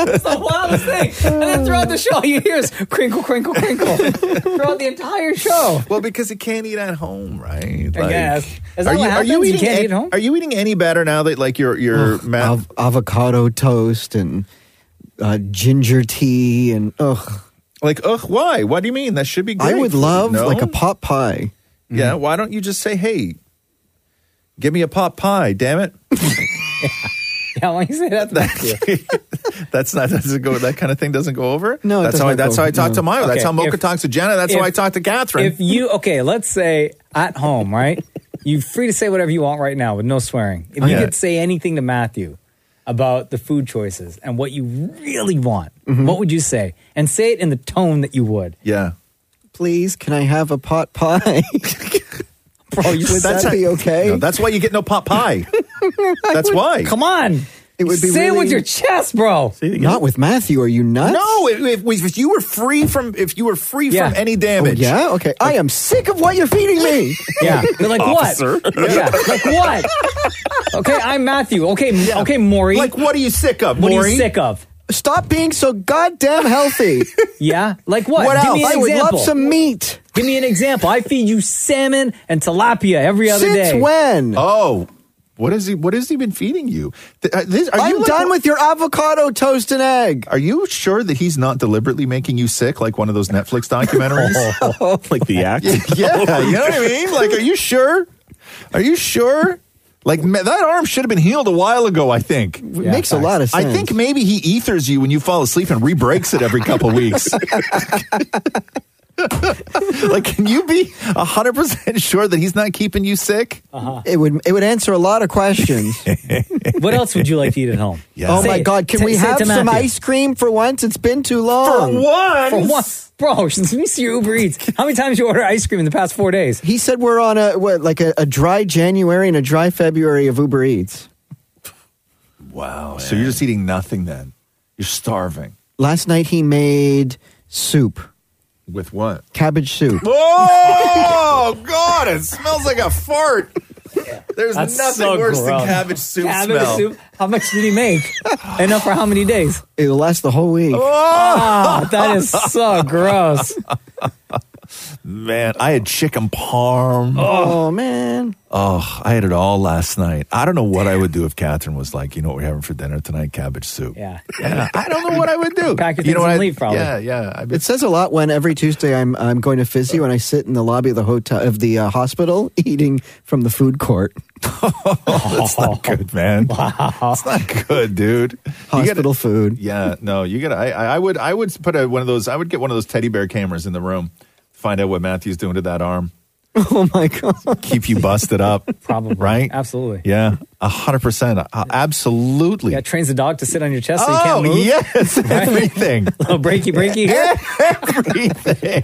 S4: It's the wildest thing. And then throughout the show, all you hear is crinkle, crinkle, crinkle throughout the entire show.
S6: Well, because he can't eat at home, right?
S4: I guess. Is that
S6: are
S4: what
S6: you, are you
S4: happens? You
S6: eating
S4: can't
S6: a-
S4: eat at home?
S6: Are you eating any better now that like your your
S16: Ugh,
S6: ma-
S16: Oh, av- avocado toast and uh, ginger tea and ugh.
S6: like ugh? Why? What do you mean? That should be.
S16: I
S6: Great.
S16: would love
S6: No?
S16: like a pot pie.
S6: Yeah.
S4: Mm-hmm.
S6: Why don't you just say, hey, give me a pot pie? Damn it.
S4: Yeah, why you say that?
S6: That's not doesn't go. That kind of thing doesn't go over.
S4: No, it
S6: that's
S4: does
S6: how I,
S4: not
S6: that's
S4: go
S6: how I
S4: over,
S6: talk
S4: no.
S6: to Milo. that's
S4: Okay,
S6: how Mocha
S4: if-
S6: talks to Jenna. That's how
S4: if-
S6: I talk to Catherine.
S4: If you okay, let's say at home, right? You're free to say whatever you want right now with no swearing. If
S6: Oh,
S4: you
S6: yeah.
S4: could say anything to Matthew about the food choices and what you really want, what would you say? And say it in the tone that you would.
S6: Yeah.
S16: Please, can I have a pot pie?
S4: Bro, you
S16: Would
S4: said
S6: Oh,
S16: that
S4: that-
S16: be okay?
S6: No, that's why you get no pot pie.
S16: I
S6: That's
S16: would-
S6: why.
S4: Come on.
S16: It would be
S4: Say it
S16: really-
S4: with your chest, bro.
S16: Not with Matthew. Are you nuts?
S6: No,
S4: Oh,
S6: if, if, we- if you were free from if you were free
S16: Yeah.
S6: from any damage,
S16: Oh, yeah? Okay. I am sick of what you're feeding me.
S4: Yeah. You're like, what?
S6: Officer.
S4: Yeah. Like, what? Okay, I'm Matthew. Okay, m- okay, Maury.
S6: Like, what are you sick of?
S4: What are
S6: Maury?
S4: you sick of?
S16: Stop being so goddamn healthy.
S4: Yeah. Like what?
S16: What
S4: Give me
S16: else?
S4: an
S16: I would love
S4: example.
S16: some meat.
S4: Give me an example. I feed you salmon and tilapia every other
S6: Since
S4: day.
S16: when?
S6: Oh, what is he? What has he been feeding you? Th- uh, this- are
S16: I'm
S6: you
S16: done with your avocado toast and egg.
S6: Are you sure that he's not deliberately making you sick, like one of those Netflix documentaries,
S16: Oh,
S14: like the act?
S6: Yeah, yeah, you know what I mean. Like, are you sure? Are you sure? Like ma- that arm should have been healed a while ago. I think
S16: Yeah, makes a facts. lot of
S6: I
S16: sense.
S6: think maybe he ethers you when you fall asleep and re-breaks it every couple weeks. like, can you be hundred percent sure that he's not keeping you sick?
S16: It would it would answer a lot of questions.
S4: What else would you like to eat at home?
S16: Oh
S4: Say
S16: my
S4: it.
S16: God! Can
S4: Say-
S16: we
S4: say it
S16: have
S4: to
S16: some
S4: Matthew.
S16: ice cream for once? It's been too long.
S4: For once. Bro, since we see your Uber Eats, how many times you order ice cream in the past four days?
S16: He said we're on a what, like a, a dry January and a dry February of Uber Eats.
S6: Wow. So you're just eating nothing then? You're starving.
S16: Last night he made soup,
S6: With what?
S16: cabbage soup.
S6: Oh God! It smells like a fart. There's
S4: That's
S6: nothing
S4: so
S6: worse
S4: gross.
S6: than cabbage soup
S4: Cabbage
S6: smell.
S4: soup. How much did he make? Enough for how many days?
S16: It'll last the whole week.
S4: Oh, that is so gross.
S6: Man, I had chicken parm.
S16: Oh, man.
S6: Oh, I had it all last night. I don't know what I would do if Catherine was like, you know what we're having for dinner tonight? Cabbage soup.
S4: Yeah.
S6: Yeah, I don't know what I would do.
S16: Pack your
S6: You know
S16: things
S6: what
S16: and
S6: I-
S16: leave, probably.
S6: Yeah, yeah. I-
S16: It says a lot when every Tuesday I'm I'm going to Fizzy when I sit in the lobby of the hotel of the uh, hospital eating from the food court.
S6: That's not good, man. It's not good, dude.
S16: Hospital food.
S6: Yeah, no, you gotta. I, I I would, I would put a, one of those. I would get one of those teddy bear cameras in the room. Find out what Matthew's doing to that arm.
S16: Oh my god!
S6: Keep you busted up.
S4: Probably
S6: right.
S4: Absolutely.
S6: Yeah, a hundred percent. A- Absolutely.
S4: Yeah, trains the dog to sit on your chest so you
S6: Oh,
S4: can't move.
S6: yes, everything.
S4: Little Oh, breaky, breaky.
S6: Everything.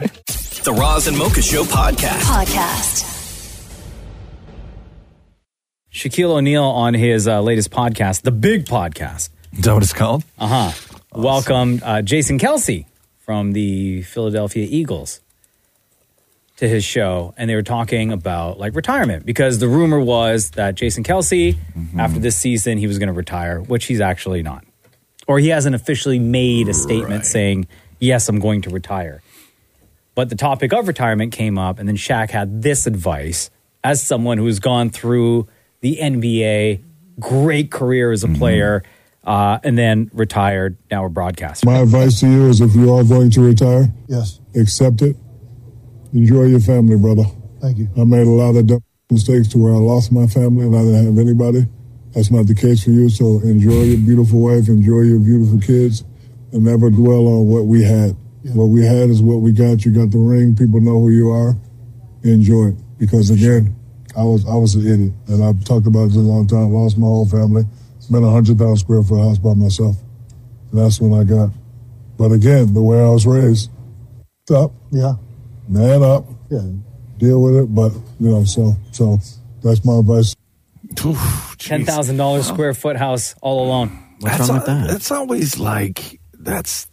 S1: The Roz and Mocha Show podcast.
S8: Podcast.
S4: Shaquille O'Neal on his uh, latest podcast, the Big Podcast.
S6: Is that what it's called?
S4: Uh huh. Welcomed uh, Jason Kelsey from the Philadelphia Eagles to his show, and they were talking about like retirement because the rumor was that Jason Kelsey, after this season, he was going to retire, which he's actually not, or he hasn't officially made a statement saying, "Yes, I'm going to retire." But the topic of retirement came up, and then Shaq had this advice as someone who's gone through the NBA, great career as a player, uh, and then retired, now a broadcaster.
S23: My advice to you is if you are going to retire, yes, accept it. Enjoy your family, brother. Thank you. I made a lot of dumb mistakes to where I lost my family and I didn't have anybody. That's not the case for you. So enjoy your beautiful wife, enjoy your beautiful kids, and never dwell on what we had. What we had is what we got. You got the ring. People know who you are. Enjoy it. Because again, I was I was an idiot, and I've talked about it a long time. Lost my whole family. Spent a hundred thousand square foot house by myself. And that's when I got. But again, the way I was raised, up, yeah, man up, yeah, deal with it. But you know, so so that's my advice.
S4: Ten thousand dollars square foot house all alone.
S6: that's al- That's always like that's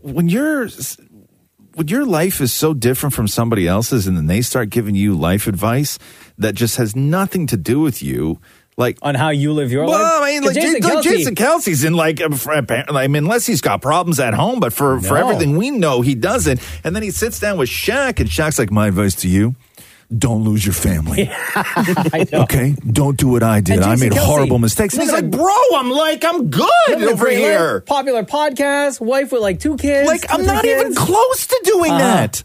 S6: when you're when your life is so different from somebody else's, and then they start giving you life advice that just has nothing to do with you. Like
S4: on how you live your
S6: well,
S4: life?
S6: I mean,
S4: Yeah,
S6: like,
S4: Jason
S6: Jason, like
S4: Kelce-
S6: Jason Kelsey's in like a- for- apparently. I mean, unless he's got problems at home, but for for
S4: No.
S6: everything we know, he doesn't. And then he sits down with Shaq, and Shaq's like, "My advice to you: don't lose your family. Okay, don't do what I did.
S4: And
S6: I
S4: Jason
S6: made
S4: Kelce-
S6: horrible mistakes." And he's
S4: Living
S6: like,
S4: a-
S6: "Bro, I'm like, I'm good
S4: living a
S6: over
S4: great
S6: here."
S4: life, popular podcast, wife with like two kids. Uh-huh. Like
S6: I'm not even close to doing that,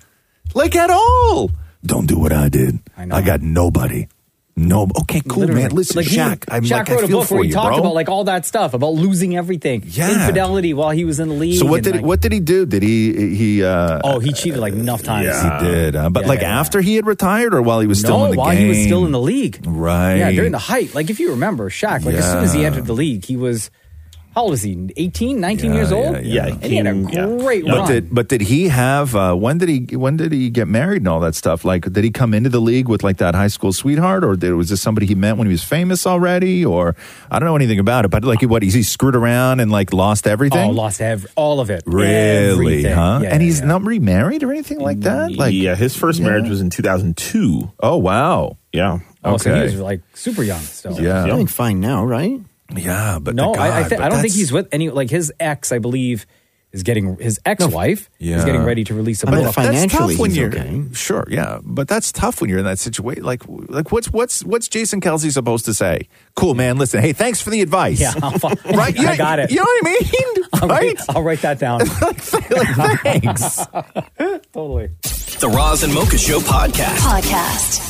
S6: like at all. Don't do what I did. I, got nobody. No. Okay, cool,
S4: Literally.
S6: man. Listen,
S4: Like, he-
S6: Shaq. I'm
S4: Shaq
S6: like, I
S4: wrote a
S6: feel
S4: book
S6: for
S4: where he
S6: you,
S4: talked
S6: bro.
S4: about like all that stuff about losing everything,
S6: Yeah.
S4: infidelity while he was in the league.
S6: So what
S4: and,
S6: did
S4: like,
S6: he, what did he do? Did he he? Uh,
S4: oh, he cheated like enough times.
S6: yeah, he did. Uh, but
S4: Yeah,
S6: like
S4: yeah, yeah.
S6: after he had retired, or while he was still
S4: No,
S6: in the
S4: while
S6: game,
S4: he was still in the league,
S6: right?
S4: Yeah, during the height, like if you remember, Shaq, like as soon as he
S6: Yeah.
S4: entered the league, he was How old is he? 18, 19
S6: Yeah,
S4: years old?
S6: yeah, yeah.
S4: And he had a great
S6: But
S4: run.
S6: did but did he have uh, when did he when did he get married and all that stuff? Like did he come into the league with like that high school sweetheart, or did, was this somebody he met when he was famous already? Or I don't know anything about it. But like what he screwed around and like lost everything.
S4: Oh, lost ev- all of it.
S6: Really,
S4: Everything.
S6: huh?
S4: Yeah,
S6: and he's not remarried or anything like that. Like,
S14: yeah, his first marriage was in 2002.
S6: Oh wow,
S14: yeah.
S4: Oh, so he was like super young still.
S6: Yeah.
S16: Everything fine now, right?
S6: Yeah, but
S4: no,
S16: the
S4: I, I,
S16: God,
S4: thi-
S16: but
S4: I don't think
S16: that's-
S4: he's with any. Like his ex, I believe, is getting his ex-wife is
S6: Yeah.
S4: getting ready to release a
S6: But
S4: book.
S6: that's tough when you're sure, yeah. But that's tough when you're in that situation. Like, like what's what's what's Jason Kelsey supposed to say? Cool, man. Listen, hey, thanks for the advice.
S4: Yeah, I'll fi-
S6: right.
S4: I
S6: You-
S4: got it.
S6: You know what I mean?
S4: I'll
S6: right.
S4: Write, I'll write that down.
S6: Thanks.
S4: totally.
S1: The Roz and Mocha Show podcast.
S8: Podcast.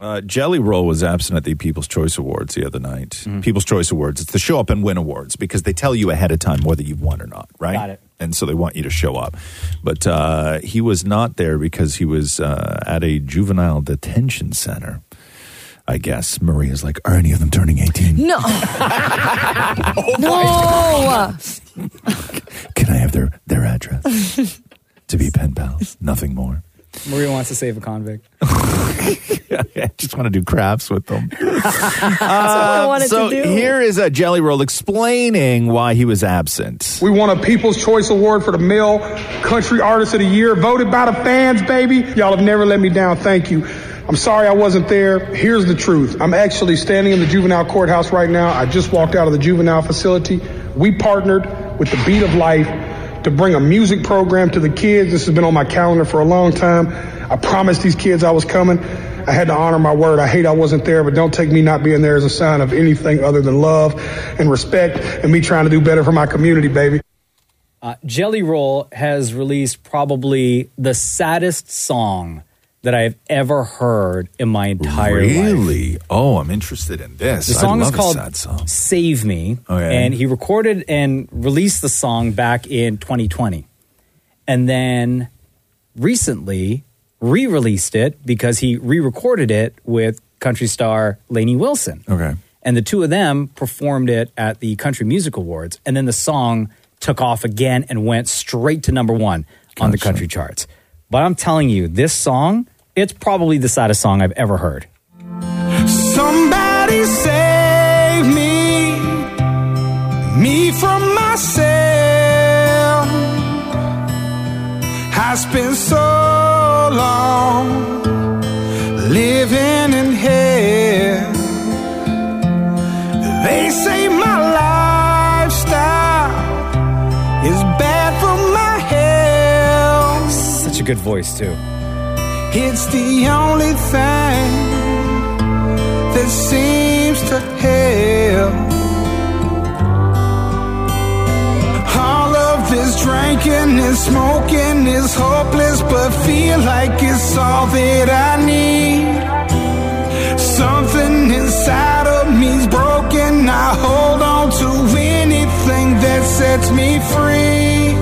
S6: Uh, Jelly Roll was absent at the People's Choice Awards the other night.
S4: Mm-hmm.
S6: People's Choice Awards. It's the show up and win awards because they tell you ahead of time whether you've won or not, right? Got it. And so they want you to show up. But uh, he was not there because he was uh, at a juvenile detention center. I guess Maria's like, are any of them turning 18?
S5: No. no.
S6: Can I have their, their address to be pen pals? Nothing more.
S4: Maria wants to save a convict.
S6: I just want to do crafts with them. Um,
S4: I wanted
S6: so
S4: to do.
S6: here is a Jelly Roll explaining why he was absent.
S24: We won a People's Choice Award for the Male Country Artist of the Year, voted by the fans, baby. Y'all have never let me down. Thank you. I'm sorry I wasn't there. Here's the truth. I'm actually standing in the juvenile courthouse right now. I just walked out of the juvenile facility. We partnered with the Beat of Life to bring a music program to the kids. This has been on my calendar for a long time. I promised these kids I was coming. I had to honor my word. I hate I wasn't there, but don't take me not being there as a sign of anything other than love and respect and me trying to do better for my community, baby.
S4: Uh, Jelly Roll has released probably the saddest song that I've ever heard in my entire life.
S6: Really? Oh, I'm interested in this.
S4: The
S6: I
S4: song is
S6: love a
S4: called
S6: sad song.
S4: Save Me.
S6: Okay.
S4: And he recorded and released the song back in 2020. And then recently re released it because he re recorded it with country star Lainey Wilson.
S6: Okay.
S4: And the two of them performed it at the Country Music Awards. And then the song took off again and went straight to number one on the country charts. But I'm telling you, this song, it's probably the saddest song I've ever heard.
S13: Somebody save me, me from myself. Has been so long living in hell. They say my lifestyle is bad for my health.
S4: Such a good voice, too.
S13: It's the only thing that seems to help. All of this drinking and smoking is hopeless, but feel like it's all that I need. Something inside of me's broken. I hold on to anything that sets me free.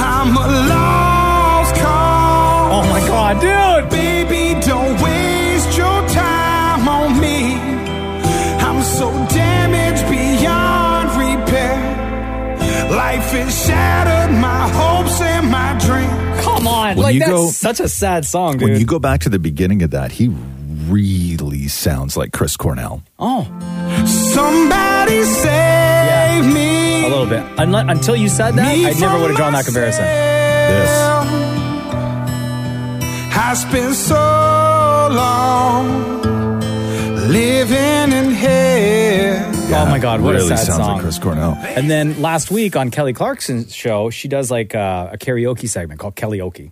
S13: I'm a lost cause.
S4: Oh my god, dude!
S13: Baby, don't waste your time on me. I'm so damaged beyond repair. Life is shattered, my hopes and my dreams.
S4: Come on,
S6: When
S4: like
S6: you
S4: that's
S6: go-
S4: such a sad song, dude.
S6: When you go back to the beginning of that, he really sounds like Chris Cornell.
S4: oh,
S13: somebody save me.
S4: A little bit. Unle- until you said that, I never would have drawn that comparison.
S13: Has been so long living in hell.
S4: oh my god, what
S6: really
S4: a sad
S6: sounds
S4: song.
S6: like Chris Cornell.
S4: And then last week on Kelly Clarkson's show, she does like uh, a karaoke segment called Kellyoke,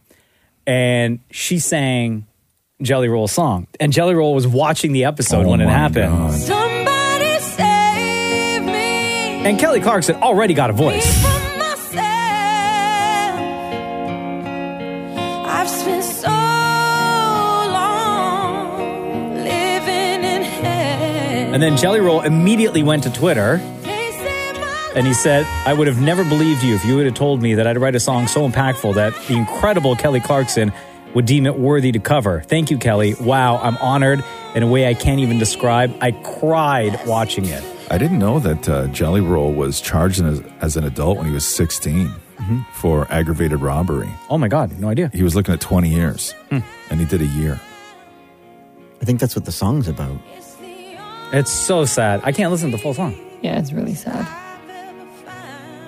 S4: and she sang Jelly Roll's song. And Jelly Roll was watching the episode
S6: Oh
S4: when it happened.
S13: Somebody save me.
S4: And Kelly Clarkson already got a voice.
S13: I've spent so long living in hell.
S4: And then Jelly Roll immediately went to Twitter and he said, I would have never believed you if you would have told me that I'd write a song so impactful that the incredible Kelly Clarkson would deem it worthy to cover. Thank you, Kelly. Wow, I'm honored in a way I can't even describe. I cried watching it.
S6: I didn't know that uh, Jelly Roll was charged as, as an adult when he was 16 for aggravated robbery.
S4: Mm-hmm. Oh my God, no idea.
S6: He was looking at 20 years
S4: Hmm.
S6: and he did a year.
S16: I think that's what the song's about.
S4: It's so sad. I can't listen to the full song.
S5: Yeah, it's really sad.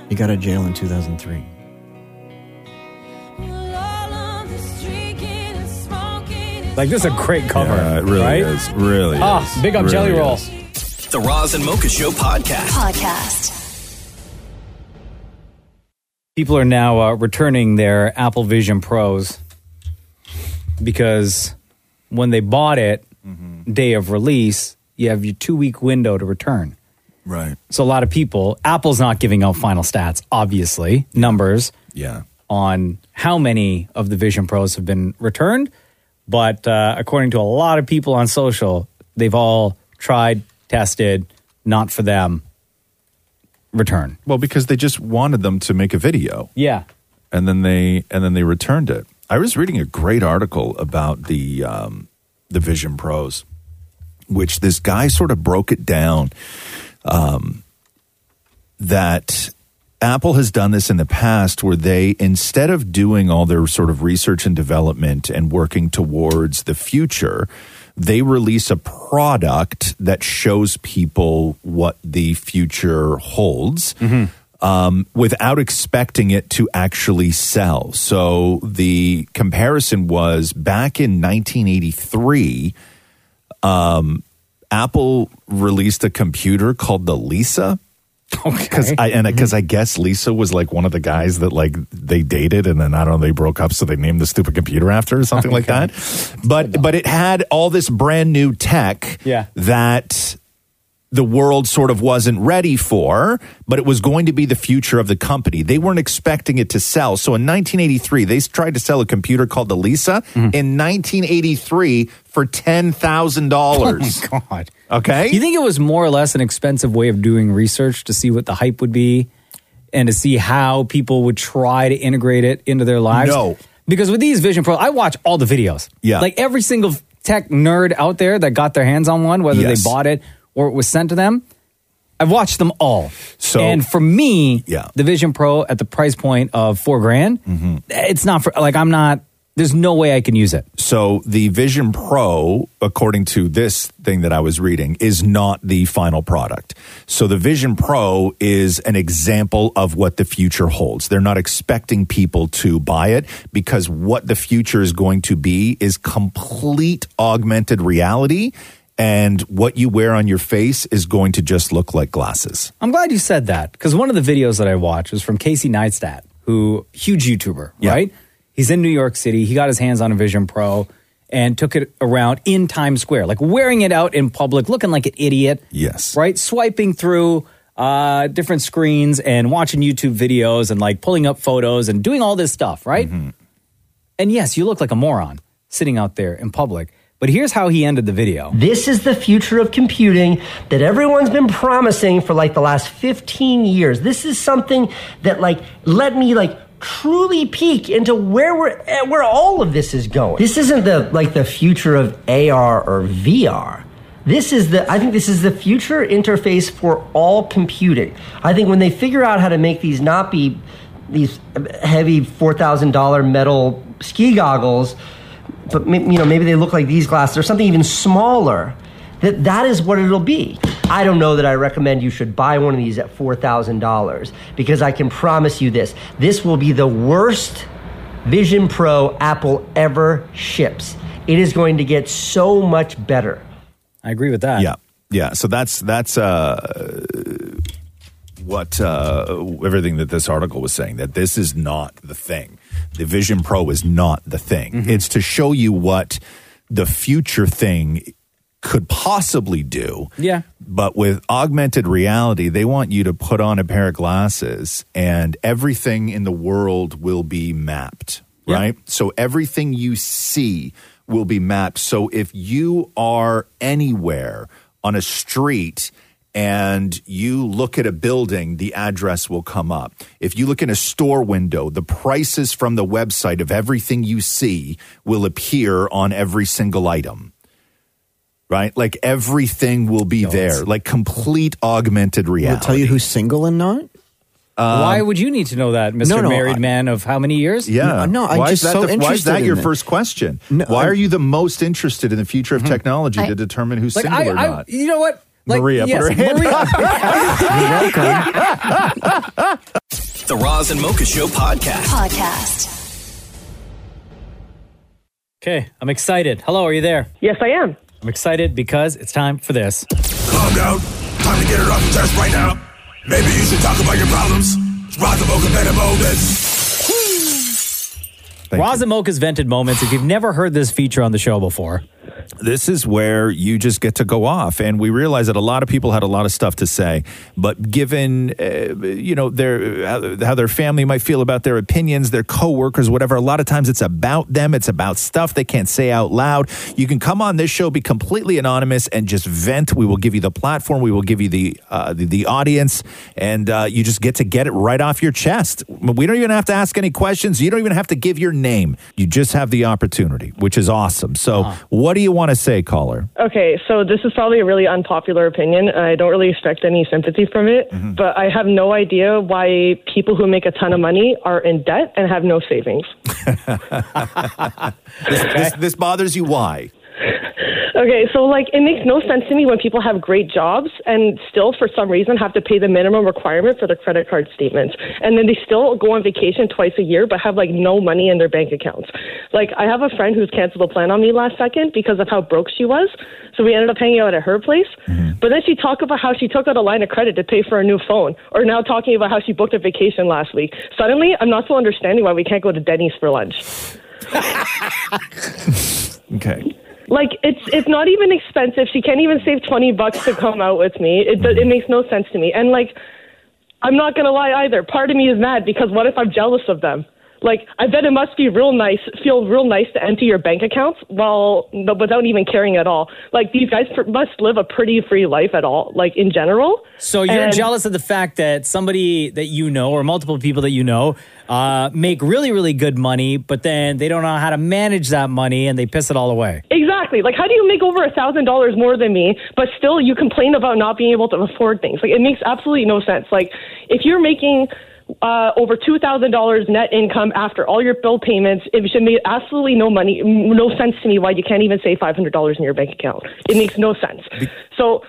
S16: He got out of jail in 2003.
S4: Like this is a great cover.
S6: Yeah, it really
S4: right?
S6: is. Really
S4: Ah,
S6: is.
S4: big up
S6: Really
S4: Jelly Roll.
S6: is.
S1: The Roz and Mocha Show podcast.
S8: Podcast.
S4: People are now uh, returning their Apple Vision Pros because when they bought it, day of release, you have your two week window to return.
S6: Right.
S4: So a lot of people, Apple's not giving out final stats, obviously, numbers
S6: Yeah.
S4: on how many of the Vision Pros have been returned. But uh, according to a lot of people on social, they've all tried, tested, not for them, return.
S6: Well, because they just wanted them to make a video.
S4: Yeah.
S6: and then they and then they returned it. I was reading a great article about the um, the Vision Pros, which this guy sort of broke it down um, that Apple has done this in the past, where they instead of doing all their sort of research and development and working towards the future. They release a product that shows people what the future holds um, without expecting it to actually sell. So the comparison was back in 1983, um, Apple released a computer called the Lisa. Because I and because I guess Lisa was like one of the guys that like they dated and then I don't know they broke up so they named the stupid computer after her or something like that, but but it had all this brand new tech
S4: Yeah.
S6: that the world sort of wasn't ready for, but it was going to be the future of the company. They weren't expecting it to sell. So in 1983, they tried to sell a computer called the Lisa
S4: Mm-hmm.
S6: in 1983 for $10,000.
S4: Oh my God.
S6: Okay.
S4: You think it was more or less an expensive way of doing research to see what the hype would be and to see how people would try to integrate it into their lives?
S6: No.
S4: Because with these Vision Pro, I watch all the videos.
S6: Yeah.
S4: Like every single tech nerd out there that got their hands on one, whether
S6: Yes.
S4: they bought it or it was sent to them, I've watched them all.
S6: So-
S4: and for me, yeah. the Vision Pro at the price point of four grand,
S6: Mm-hmm.
S4: it's not for, like, I'm not, there's no way I can use it.
S6: So the Vision Pro, according to this thing that I was reading, is not the final product. So the Vision Pro is an example of what the future holds. They're not expecting people to buy it because what the future is going to be is complete augmented reality. And what you wear on your face is going to just look like glasses.
S4: I'm glad you said that because one of the videos that I watched was from Casey Neistat, who huge YouTuber, right? He's in New York City. He got his hands on a Vision Pro and took it around in Times Square, like wearing it out in public, looking like an idiot.
S6: Yes.
S4: Right? Swiping through uh, different screens and watching YouTube videos and like pulling up photos and doing all this stuff, right? And yes, you look like a moron sitting out there in public. But here's how he ended the video.
S11: This is the future of computing that everyone's been promising for like the last 15 years. This is something that like let me like truly peek into where we're eh, where all of this is going. This isn't the like the future of AR or VR. This is the I think this is the future interface for all computing. I think when they figure out how to make these not be these heavy $4,000 metal ski goggles but ma- you know maybe they look like these glasses or something even smaller that that is what it'll be i don't know that i recommend you should buy one of these at $4000 because i can promise you this this will be the worst vision pro apple ever ships it is going to get so much better
S4: I agree with that.
S6: Yeah. Yeah. So that's that's uh what uh everything that this article was saying that this is not the thing. The Vision Pro is not the thing. It's to show you what the future thing could possibly do.
S4: Yeah.
S6: But with augmented reality, they want you to put on a pair of glasses and everything in the world will be mapped, right? So everything you see will be mapped. So if you are anywhere on a street and you look at a building, the address will come up. If you look in a store window, the prices from the website of everything you see will appear on every single item right? Like everything will be there, like complete augmented reality. Um,
S16: tell you who's single and not.
S4: Why would you need to know that, Mr.
S6: no,
S4: Married
S6: I-
S4: Man of how many years?
S6: Yeah. why is that the- Why is that your first question?
S4: No,
S6: why
S4: I'm-
S6: are you the most interested in the future of technology to determine who's
S4: Like,
S6: single
S4: Mm-hmm.
S6: or
S4: I- I-
S6: not?
S4: You know what? Like,
S6: Maria, put
S4: yes,
S6: her hand
S4: Maria-
S1: The Roz and Mocha Show podcast.
S8: Podcast.
S4: Okay, I'm excited. Hello, are you there?
S22: Yes, I am.
S4: I'm excited because it's time for this.
S2: Calm down. Time to get it off your chest right now. Maybe you should talk about your problems. It's Roz and Mocha Better Moments.
S4: Razamoka's vented moments. If you've never heard this feature on the show before,
S6: This is where you just get to go off, and we realized that a lot of people had a lot of stuff to say. But given, uh, you know, their uh, how, how their family might feel about their opinions, their coworkers, whatever, a lot of times it's about them. It's about stuff they can't say out loud. You can come on this show, be completely anonymous, and just vent. We will give you the platform. We will give you the uh, the, the audience, and uh, you just get to get it right off your chest. We don't even have to ask any questions. You don't even have to give your name. You just have the opportunity, which is awesome. So, what do you want to say, caller?
S22: Okay, so this is probably a really unpopular opinion. I don't really expect any sympathy from it, but I have no idea why people who make a ton of money are in debt and have no savings.
S6: This, this, this bothers you. Why?
S22: Okay, so like it makes no sense to me when people have great jobs and still for some reason have to pay the minimum requirement for their credit card statements. And then they still go on vacation twice a year but have like no money in their bank accounts. Like I have a friend who's canceled a plan on me last second because of how broke she was. So we ended up hanging out at her place. But then she talked about how she took out a line of credit to pay for a new phone or now talking about how she booked a vacation last week. Suddenly, I'm not still understanding why we can't go to Denny's for lunch.
S6: Okay.
S22: Like it's it's not even expensive. She can't even save twenty bucks to come out with me. It it makes no sense to me. And like, I'm not gonna lie either. Part of me is mad because what if I'm jealous of them? Like, I bet it must be real nice, feel real nice to empty your bank accounts while but without even caring at all. Like these guys pr- must live a pretty free life at all, like in general.
S4: So you're
S22: And-
S4: jealous of the fact that somebody that you know or multiple people that you know uh, make really, really good money, but then they don't know how to manage that money and they piss it all away.
S22: Exactly. Like, how do you make over a thousand dollars more than me, but still you complain about not being able to afford things? Like, it makes absolutely no sense. Like, if you're making uh, over two thousand dollars net income after all your bill payments, it should make absolutely no money, m- no sense to me why you can't even save five hundred dollars in your bank account. It makes no sense. So.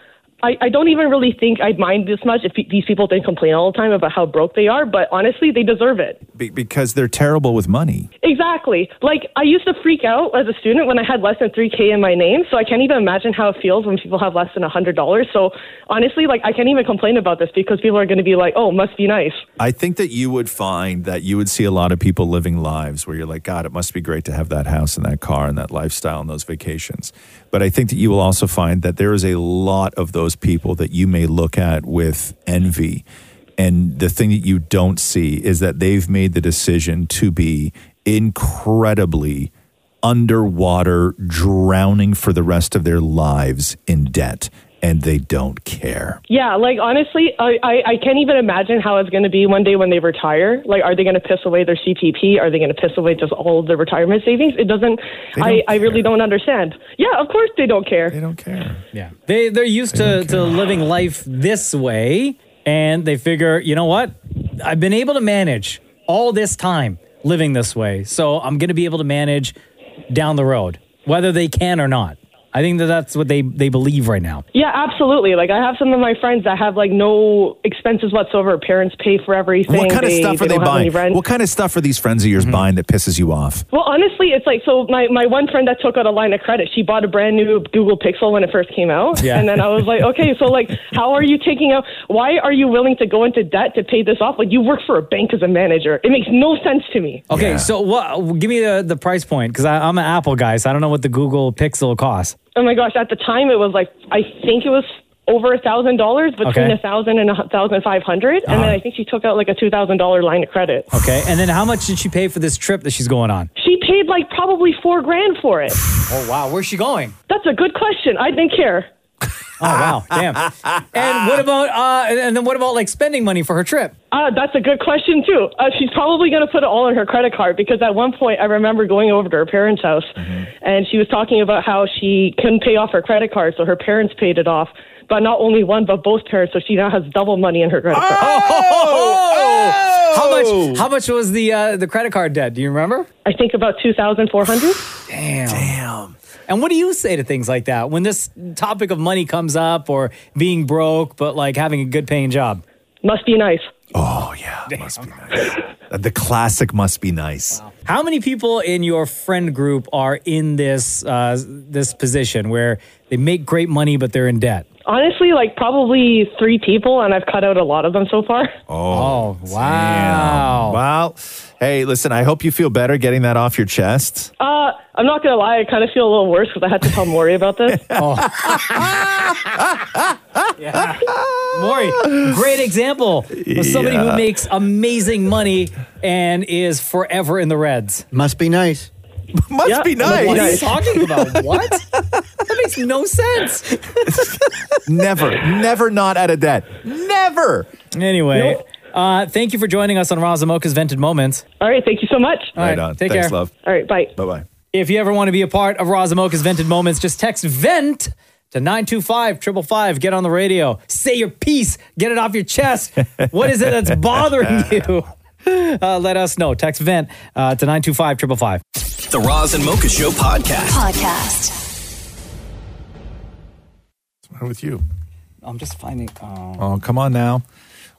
S22: I, I don't even really think I'd mind this much if pe- these people didn't complain all the time about how broke they are, but honestly, they deserve it.
S6: Be- because they're terrible with money.
S22: Exactly. Like I used to freak out as a student when I had less than 3k in my name, so I can't even imagine how it feels when people have less than $100. So honestly, like I can't even complain about this because people are going to be like, "Oh, must be nice."
S6: I think that you would find that you would see a lot of people living lives where you're like, God, it must be great to have that house and that car and that lifestyle and those vacations. But I think that you will also find that there is a lot of those people that you may look at with envy. And the thing that you don't see is that they've made the decision to be incredibly underwater, drowning for the rest of their lives in debt, and they don't care.
S22: Yeah, like honestly, I, I, I can't even imagine how it's going to be one day when they retire. Like, are they going to piss away their CTP? Are they going to piss away just all of their retirement savings? It doesn't. I, I really don't understand. Yeah, of course they don't care. They
S6: don't care.
S4: Yeah. They, they're used to, to living life this way and they figure, you know what? I've been able to manage all this time living this way. So I'm going to be able to manage down the road, whether they can or not. I think that that's what they, they believe right now.
S22: Yeah, absolutely. Like I have some of my friends that have like no expenses whatsoever. Parents pay for everything.
S6: What kind of
S22: They-
S6: stuff
S22: they
S6: are they
S22: don't have any
S6: buying? What kind of stuff are these friends of yours
S4: Mm-hmm.
S6: buying that pisses you off?
S22: Well, honestly, it's like so. My, my one friend that took out a line of credit, she bought a brand new Google Pixel when it first came out,
S6: Yeah.
S22: and then I was like, okay, so like, how are you taking out? Why are you willing to go into debt to pay this off? Like, you work for a bank as a manager. It makes no sense to me.
S4: Okay, so what? Give me the, the price point because I'm an Apple guy, so I don't know what the Google Pixel costs.
S22: Oh my gosh! At the time, it was like I think it was over a thousand dollars, between
S4: Okay.
S22: a thousand and a thousand five hundred, and then
S6: Uh-huh.
S22: I think she took out like a two thousand dollar line of credit.
S4: Okay, and then how much did she pay for this trip that she's going on?
S22: She paid like probably four grand for it.
S4: Oh wow, where's she going?
S22: That's a good question. I didn't care.
S4: Oh wow, damn. And what about uh, and- and then what about like spending money for her trip?
S22: Uh, that's a good question too. Uh, she's probably going to put it all on her credit card because at one point I remember going over to her parents' house,
S4: Mm-hmm.
S22: and she was talking about how she couldn't pay off her credit card, so her parents paid it off. But not only one, but both parents, so she now has double money in her credit card.
S4: Ah!
S3: Oh,
S4: Oh, How much? How much was the uh, the credit card debt? Do you remember?
S22: I think about two thousand four hundred.
S4: Damn. Damn. And what do you say to things like that when this topic of money comes up or being broke, but like having a good paying job?
S22: Must be nice.
S4: Oh yeah, must be nice.
S6: Uh, The classic must be nice.
S4: How many people in your friend group are in this uh, this position where they make great money but they're in debt?
S22: Honestly, like probably three people, and I've cut out a lot of them so far.
S6: Oh,
S4: wow.
S6: Well, hey, listen, I hope you feel better getting that off your chest.
S22: Uh, I'm not gonna lie, I kind of feel a little worse because I had to tell Maury about this.
S4: Maury, great example of somebody who
S16: Yeah.
S4: makes amazing money and is forever in the reds.
S16: Must be nice.
S6: Must
S4: Yeah,
S6: be nice.
S4: What are you talking about? What? that makes no sense.
S6: never, never not out of debt. Never.
S4: Anyway, uh, thank you for joining us on Razamoka's Vented Moments.
S22: All right, thank you so much.
S4: All right, take
S6: Thanks,
S4: care.
S6: love.
S22: All right, bye.
S6: Bye bye.
S4: If you ever want to be a part of Razamoka's Vented Moments, just text VENT to 925 555. Get on the radio. Say your piece. Get it off your chest. What is it that's bothering you? Uh, let us know. Text VENT uh, to 925 555.
S1: The Roz and Mocha Show podcast.
S8: Podcast.
S6: What's wrong with you?
S4: I'm just finding. Oh,
S6: Oh, come on now.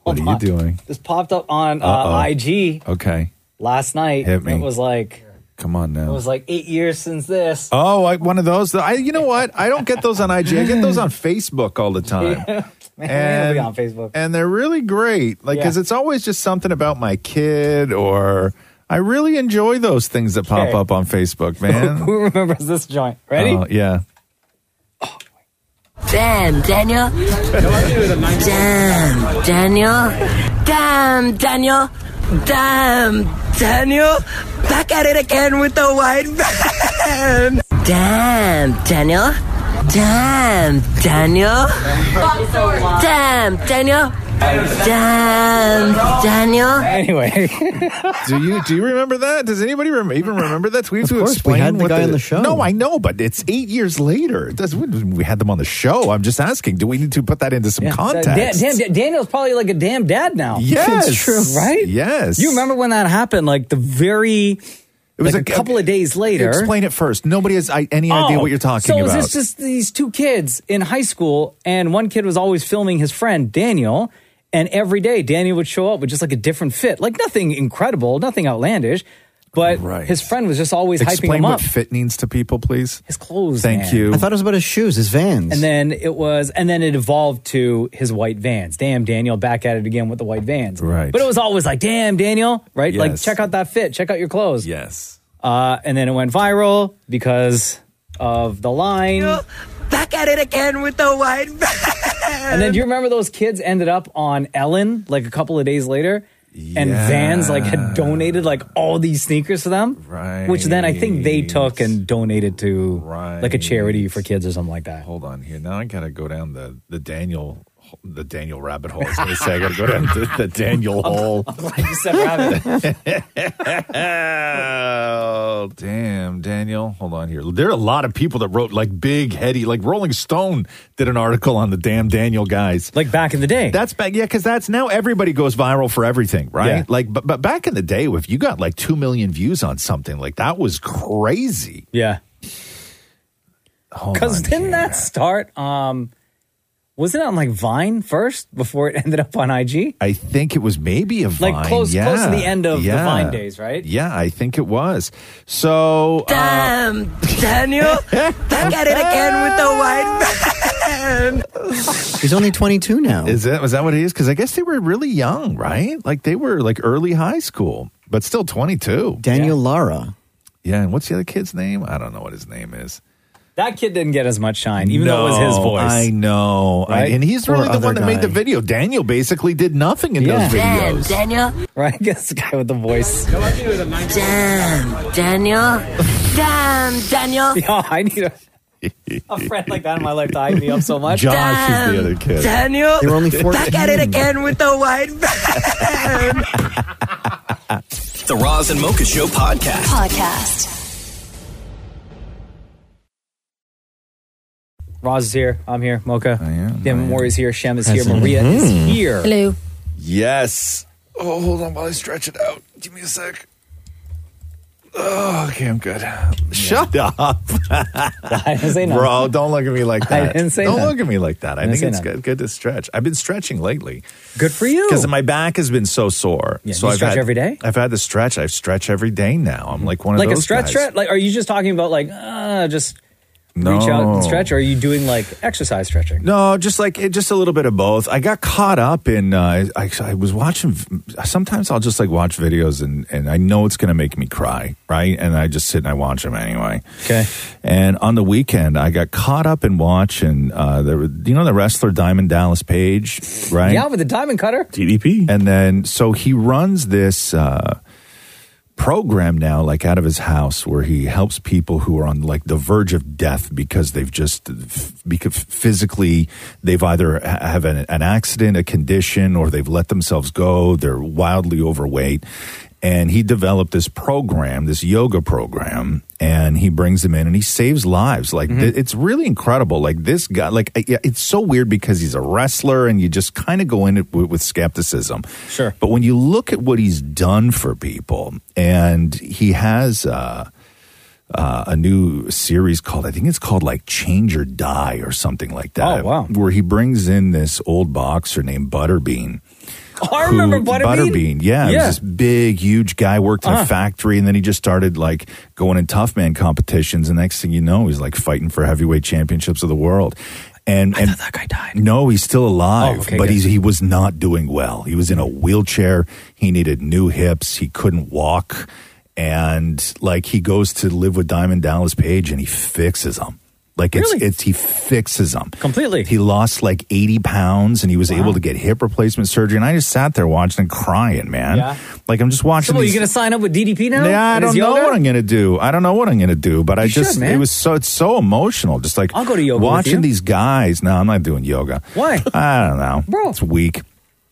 S6: What are you doing?
S4: This popped up on
S6: Uh-oh.
S4: uh, IG
S6: Okay.
S4: last night.
S6: Hit me.
S4: It was like
S6: Come on now.
S4: it was like eight years since this.
S6: Oh, I, one of those. I, you know what? I don't get those on IG. I get those on Facebook all the time.
S4: Man, we
S6: And-
S4: don't be on Facebook.
S6: And they're really great. Like,
S4: Yeah.
S6: because it's always just something about my kid or I really enjoy those things that pop
S4: Okay.
S6: up on Facebook, man.
S4: Who remembers this joint? Ready?
S6: Oh, yeah.
S10: Damn, Daniel. Damn, Daniel. Damn, Daniel. Damn, Daniel. Back at it again with the white van. Damn, Daniel. Damn, Daniel. Damn, Daniel. Damn, Daniel.
S4: Anyway.
S6: do you do you remember that? Does anybody rem- even remember that? We,
S10: Of course, we had the
S6: what
S10: guy on the show.
S6: No, I know, but it's eight years later. It doesn't- we had them on the show. I'm just asking. Do we need to put that into some
S4: Da-
S6: context?
S4: damn, da- Daniel's probably like a damn dad now.
S6: Yes.
S4: it's true, right?
S6: Yes.
S4: You remember when that happened? Like the very, it was
S6: was
S4: a,
S6: a-
S4: couple of days later.
S6: Explain it first. Nobody has I, any idea
S4: Oh,
S6: what you're talking
S4: so
S6: about.
S4: So it's just these two kids in high school, and one kid was always filming his friend Daniel. And every day, Daniel would show up with just like a different fit, like nothing incredible, nothing outlandish, but his friend was just always hyping
S6: Explain
S4: him
S6: what
S4: up.
S6: fit means to people, please. His
S4: clothes.
S6: Thank
S4: man.
S6: you.
S4: I thought
S6: it was about his shoes, his vans.
S4: And then it was, and then it evolved to his white vans. Damn, Daniel, back at it again with the white vans.
S6: Right.
S4: But it was always like, damn, Daniel, right? Like,
S6: Yes.
S4: check out that fit, check out your clothes.
S6: Yes.
S4: Uh, and then it went viral because of the line.
S10: Back at it again with the white van.
S4: And then do you remember those kids ended up on Ellen like a couple of days later? And Vans like had donated like all these sneakers to them. Right. Which then I think they took and donated to like a charity for kids or something like that.
S6: Hold on here. Now I gotta go down the the Daniel the Daniel rabbit hole. I was gonna say I gotta go down the, the Daniel hole.
S4: you said rabbit.
S6: oh, damn, Daniel. Hold on here. There are a lot of people that wrote like big, heady, like Rolling Stone did an article on the damn Daniel guys.
S4: Like back in the day.
S6: That's back, yeah, because that's now everybody goes viral for everything, right?
S4: Yeah.
S6: Like, but, but back in the day, if you got like 2 million views on something, like that was crazy.
S4: Yeah.
S6: Hold
S4: Because
S6: on
S4: didn't that start um wasn't it on like Vine first before it ended up on IG?
S6: I think it was maybe a Vine.
S4: Like, close-
S6: yeah.
S4: close to the end of the
S6: yeah.
S4: Vine days, right?
S6: Yeah, I think it was. So, uh,
S10: Damn, Daniel. Back at it again with the white van.
S6: he's only 22 now. Is that was that what it is? Because I guess they were really young, right? Like they were like early high school, but still 22. Daniel Lara. Yeah, and what's the other kid's name? I don't know what his name is.
S4: That kid didn't get as much shine, even though it was his
S6: No,
S4: voice.
S6: I know, I-
S4: Right?
S6: and he's
S4: Poor
S6: really the one
S4: other
S6: that made the
S4: guy.
S6: video. Daniel basically did nothing in those videos.
S10: Damn, Daniel.
S4: Right? I guess the guy with the voice.
S10: Damn, Daniel. Damn, Daniel.
S4: Yeah, I need a a friend like that in my life to hype me up so much.
S6: Josh is the other kid.
S10: Daniel,
S6: They were only
S10: back at
S6: 14.
S10: it again with the white van.
S1: The Roz and Mocha Show podcast.
S8: Podcast.
S4: Roz is here. I'm here. Mocha. I am. Damn, Maury's here. Shem is here. Maria is here.
S5: Hello.
S6: Hmm. Yes.
S3: Oh, hold on while I stretch it out. Give me a sec. Oh, okay, I'm good.
S6: Shut up. I
S4: didn't say
S6: Bro,
S3: nothing.
S6: don't look at me like
S3: I
S6: that.
S3: didn't say
S6: Don't
S3: nothing.
S6: look at me like that. I,
S3: I didn't
S6: think
S3: say
S6: it's
S3: nothing.
S6: good, good to stretch. I've been stretching lately.
S4: Good for you.
S6: Because my back has been so sore.
S4: Yeah,
S6: so
S4: you
S6: I've
S4: stretch
S6: had,
S4: every day?
S6: I've had the stretch. I stretch every day now. I'm like one of
S4: Like
S6: those
S4: a stretch,
S6: guys.
S4: stretch. Like, are you just talking about like uh, just reach out
S6: No.
S4: and stretch, or are you doing like exercise stretching?
S6: No, just like it, just a little bit of both. I got caught up in. Uh, I, I was watching. Sometimes I'll just like watch videos, and and I know it's going to make me cry, right? And I just sit and I watch them anyway.
S4: Okay.
S6: And on the weekend, I got caught up in watching. Uh, the, you know the wrestler Diamond Dallas Page, right?
S4: Yeah, with the diamond cutter.
S6: TDP. And then so he runs this uh, program now, like out of his house, where he helps people who are on like the verge of death because they've just because physically they've either ha- have an, an accident, a condition, or they've let themselves go. They're wildly overweight. And he developed this program, this yoga program, and he brings them in and he saves lives. Like, th- it's really incredible. Like, this guy, like, I- yeah, it's so weird because he's a wrestler and you just kind of go in it with, with skepticism. Sure. But when you look at what he's done for people, and he has, uh, uh, a new series called I think it's called like Change or Die or something like that. Oh wow! Where he brings in this old boxer named Butterbean.
S4: Oh, I remember
S6: who-
S4: Butterbean.
S6: Yeah, he
S4: Yeah.
S6: was this big, huge guy worked in
S4: Uh-huh.
S6: a factory, and then he just started like going in tough man competitions. And next thing you know, he's like fighting for heavyweight championships of the world. And, and that guy died. No, he's still alive,
S3: Oh, okay,
S6: but
S3: good.
S6: he's, he was not doing well. He was in a wheelchair. He needed new hips. He couldn't walk, and like he goes to live with Diamond Dallas Page, and he fixes him. Like it's it's he fixes them completely. He lost like eighty pounds, and he was able to get hip replacement surgery. And I just sat there watching and crying, man.
S4: Yeah.
S6: Like I'm just watching.
S4: So, what,
S6: these-
S4: you gonna sign up with DDP now?
S6: yeah, I
S4: And his
S6: don't know
S4: yoga?
S6: what I'm gonna do. I don't know what I'm gonna do, but I
S4: You should,
S6: just
S4: man.
S6: it was so it's so emotional. Just like I'll go to
S4: yoga with
S6: Watching
S4: you.
S6: these guys. No, I'm not doing yoga.
S4: Why?
S6: I don't know, bro. It's weak.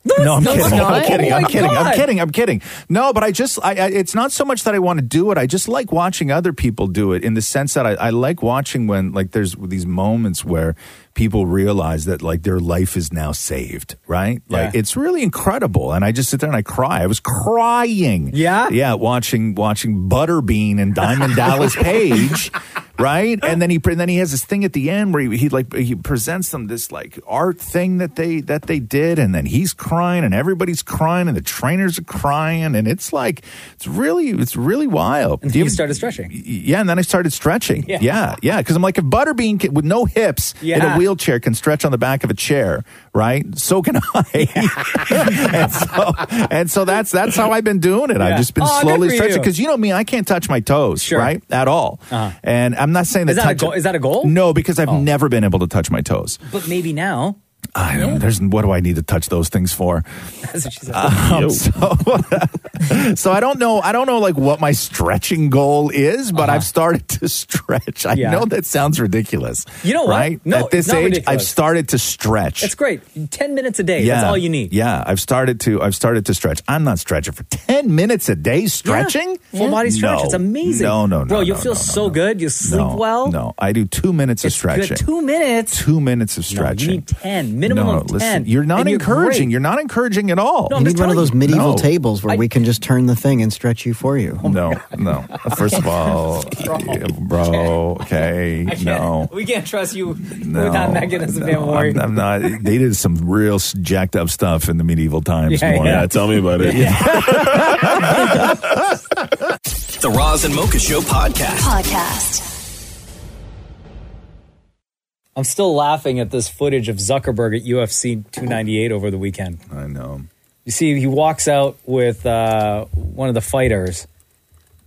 S6: no, I'm
S4: that's
S6: kidding.
S4: not-
S6: I'm kidding.
S4: Oh
S6: I'm
S4: my
S6: kidding. I'm
S4: God.
S6: kidding. I'm kidding. No, but I just, I, I, it's not so much that I want to do it. I just like watching other people do it in the sense that I, I like watching when, like, there's these moments where people realize that, like, their life is now saved, right? Like, it's really incredible. And I just sit there and I cry. I was crying. Yeah. Yeah. Watching, watching Butterbean and Diamond Dallas Page right? And then he and then he has this thing at the end where he, he like he presents them this like art thing that they that they did, and then he's crying and everybody's crying and the trainers are crying, and it's like it's really it's really wild.
S4: And
S6: Do
S4: he
S6: you-
S4: started stretching.
S6: yeah, and then I started stretching.
S4: Yeah.
S6: Yeah, yeah, because I'm like, if Butterbean can, with no hips in
S4: Yeah.
S6: a wheelchair can stretch on the back of a chair, right? So can I. and, so, and so that's that's how I've been doing it.
S4: Yeah.
S6: I've just been
S4: Oh, good
S6: slowly
S4: for
S6: stretching
S4: you. Uh-huh.
S6: because you know me, I can't touch my toes, right, at all. And I'm not saying
S4: Is that a
S6: touch-
S4: goal- is that a goal? Oh.
S6: No, because I've never been able to touch my toes.
S4: But maybe now.
S6: I don't. There's what do I need to touch those things for?
S4: That's what she said.
S6: Um, so, so I don't know. I don't know like what my stretching goal is, but I've started to stretch. I
S4: Uh-huh. Yeah.
S6: know that sounds ridiculous.
S4: You know what?
S6: Right?
S4: No,
S6: At this
S4: it's not
S6: age, I've
S4: ridiculous.
S6: started to stretch.
S4: It's great. Ten minutes a day. That's all you need.
S6: Yeah, I've started to. I've started to stretch. I'm not stretching for ten minutes a day. Stretching,
S4: Yeah. Full body stretch.
S6: No.
S4: It's amazing.
S6: No, no, no,
S4: Bro, you'll
S6: no,
S4: feel
S6: no,
S4: so good. You sleep
S6: no,
S4: well.
S6: No, I do two minutes of
S4: You
S6: stretching.
S4: got two minutes.
S6: Two minutes of stretching.
S4: You need ten. Minimum
S6: no,
S4: of ten.
S6: listen, you're not
S4: And
S6: encouraging.
S4: great.
S6: You're not encouraging at all.
S16: you need one of those medieval
S6: No.
S16: tables where we can just turn the thing and stretch you for
S4: Oh
S16: you.
S6: No, no. First of all, yeah, bro. Okay, no.
S4: We can't trust you
S6: No,
S4: with that mechanism, man.
S6: no, I'm, I'm not. They did some real s- jacked up stuff in the medieval times.
S4: Yeah,
S6: Maury.
S4: yeah. Yeah, tell me
S6: about
S4: it.
S1: The Roz and Mocha Show podcast.
S8: Podcast.
S4: I'm still laughing at this footage of Zuckerberg at UFC 298 over the weekend.
S6: I know.
S4: You see, he walks out with uh, one of the fighters,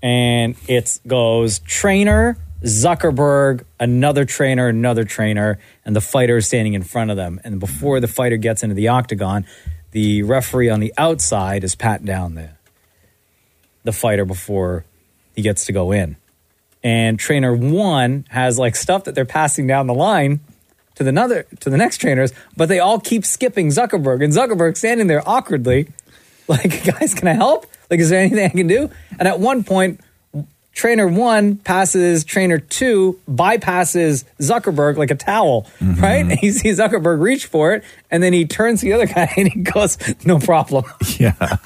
S4: and it goes trainer Zuckerberg, another trainer, another trainer, and the fighter is standing in front of them. And before the fighter gets into the octagon, the referee on the outside is patting down the the fighter before he gets to go in. and trainer one has like stuff that they're passing down the line to the another to the next trainers, but they all keep skipping Zuckerberg, and Zuckerberg standing there awkwardly, like, guys, can I help? Like, is there anything I can do? And at one point, trainer one passes trainer two, bypasses Zuckerberg like a towel,
S6: Mm-hmm.
S4: right? And you see Zuckerberg reach for it, and then he turns to the other guy and he goes, "No problem."
S6: Yeah.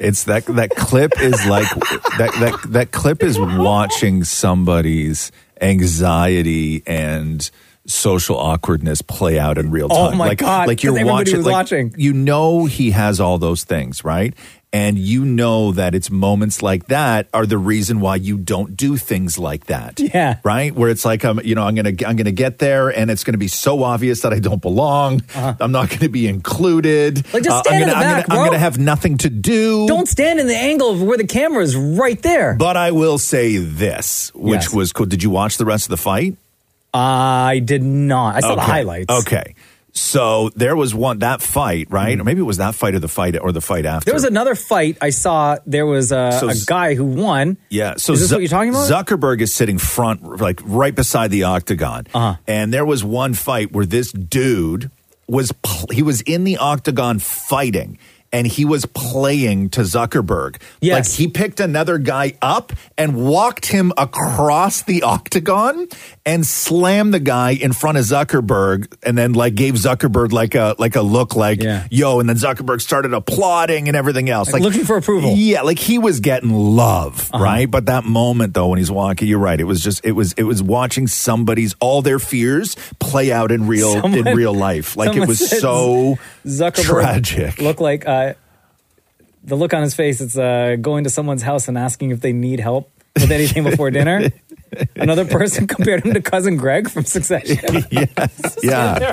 S6: it's that that clip is like that that that clip is watching somebody's anxiety and social awkwardness play out in real
S4: Oh
S6: time.
S4: my
S6: like,
S4: God,
S6: Like
S4: 'cause
S6: you're
S4: everybody
S6: watching,
S4: was
S6: like,
S4: watching.
S6: You know he has all those things, right? And you know that it's moments like that are the reason why you don't do things like that.
S4: Yeah.
S6: Right? Where it's like, um, you know, I'm gonna I'm gonna get there, and it's gonna be so obvious that I don't belong. I'm not gonna be included.
S4: Uh-huh. Like, just
S6: Uh,
S4: stand
S6: I'm
S4: in
S6: gonna,
S4: the
S6: I'm
S4: back,
S6: gonna, I'm
S4: bro.
S6: gonna have nothing to do.
S4: Don't stand in the angle of where the camera is right there.
S6: But I will say this, which was cool. Did you watch the rest of the fight?
S4: I did not. Uh, I saw the
S6: Okay.
S4: highlights.
S6: Okay. So there was one that fight,
S4: Mm-hmm.
S6: right? Or maybe it was that fight or the fight or the fight after.
S4: There was another fight I saw. There was a,
S6: So
S4: a
S6: Z-
S4: guy who won.
S6: Yeah. So
S4: Is this
S6: Zu-
S4: what you're talking about?
S6: Zuckerberg is sitting front, like right beside the octagon. Uh-huh. And there was one fight where this dude was pl- he was in the octagon fighting. And he was playing to Zuckerberg. Yes. Like he picked another guy up and walked him across the octagon and slammed the guy in front of Zuckerberg and then like gave Zuckerberg like a like a look like yo and then Zuckerberg started applauding and everything else.
S4: Like, looking for approval.
S6: Yeah, like he was getting love,
S4: Uh-huh.
S6: right? But that moment though, when he's walking, you're right. It was just it was it was watching somebody's all their fears play out in real in
S4: Someone-
S6: real life. Like it
S4: someone
S6: was
S4: said
S6: so
S4: Zuckerberg
S6: tragic.
S4: Look like uh, the look on his face. It's uh, going to someone's house and asking if they need help with anything before dinner. Another person compared him to cousin Greg from Succession.
S6: yes. Yeah.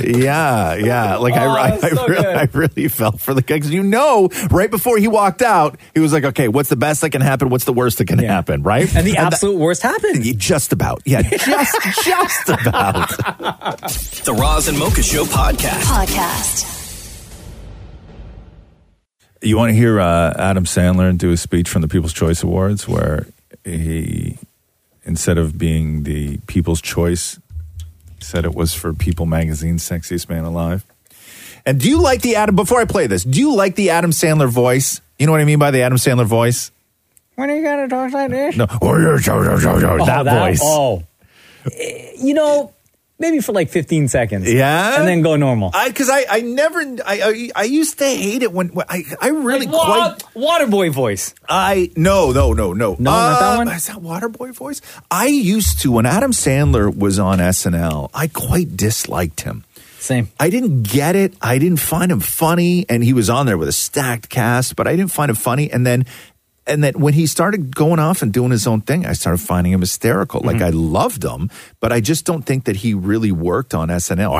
S6: Yeah. Yeah. Like
S4: Oh,
S6: I, I,
S4: that's so
S6: I, really,
S4: good.
S6: I really felt for the guy because you know, right before he walked out, he was like, okay, what's the best that can happen? What's the worst that can happen? Right.
S4: And the
S6: that-
S4: absolute worst happened.
S6: just about. Yeah. Just, just about.
S1: The Roz and Mocha Show podcast.
S8: Podcast.
S6: You want to hear uh, Adam Sandler do a speech from the People's Choice Awards where he, instead of being the People's Choice, said it was for People Magazine's Sexiest Man Alive. And do you like the Adam, before I play this, do you like the Adam Sandler voice? You know what I mean by the Adam Sandler voice?
S4: When are you gonna talk like this?
S6: No.
S4: Oh,
S6: That, voice.
S4: Oh, Eh, you know, maybe for like 15 seconds.
S6: Yeah?
S4: and then go normal.
S6: I because I, I never I, I I used to hate it when, when I I really
S4: quite Waterboy voice.
S6: I no no no no Um, no
S4: not that one?
S6: Uh, Is that Waterboy voice? I used to when Adam Sandler was on SNL. I quite disliked him.
S4: Same.
S6: I didn't get it. I didn't find him funny, and he was on there with a stacked cast, but I didn't find him funny. And then. And then when he started going off and doing his own thing, I started finding him hysterical.
S4: Mm-hmm.
S6: Like I loved him, but I just don't think that he really worked on SNL.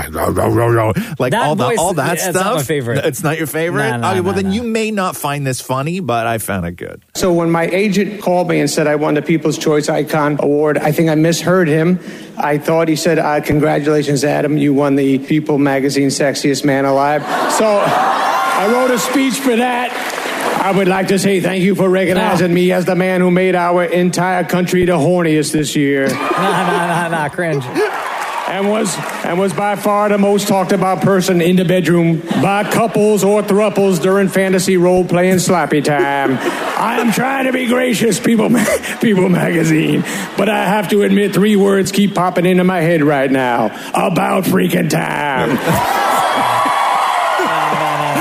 S6: like
S4: That
S6: all that,
S4: voice-
S6: all that
S4: yeah,
S6: stuff.
S4: it's not my favorite.
S6: It's not your favorite.
S4: Nah, nah,
S6: okay, well,
S4: nah,
S6: then you may not find this funny, but I found it good.
S12: So when my agent called me and said I won the People's Choice Icon Award, I think I misheard him. I thought he said, uh, "Congratulations, Adam, you won the People Magazine Sexiest Man Alive." So I wrote a speech for that. I would like to say thank you for recognizing me as the man who made our entire country the horniest this year.
S4: nah, nah, nah, nah, cringe.
S12: And was and was by far the most talked about person in the bedroom by couples or thruples during fantasy role playing sloppy time. I am trying to be gracious, People Ma- People Magazine, but I have to admit three words keep popping into my head right now. About freaking time.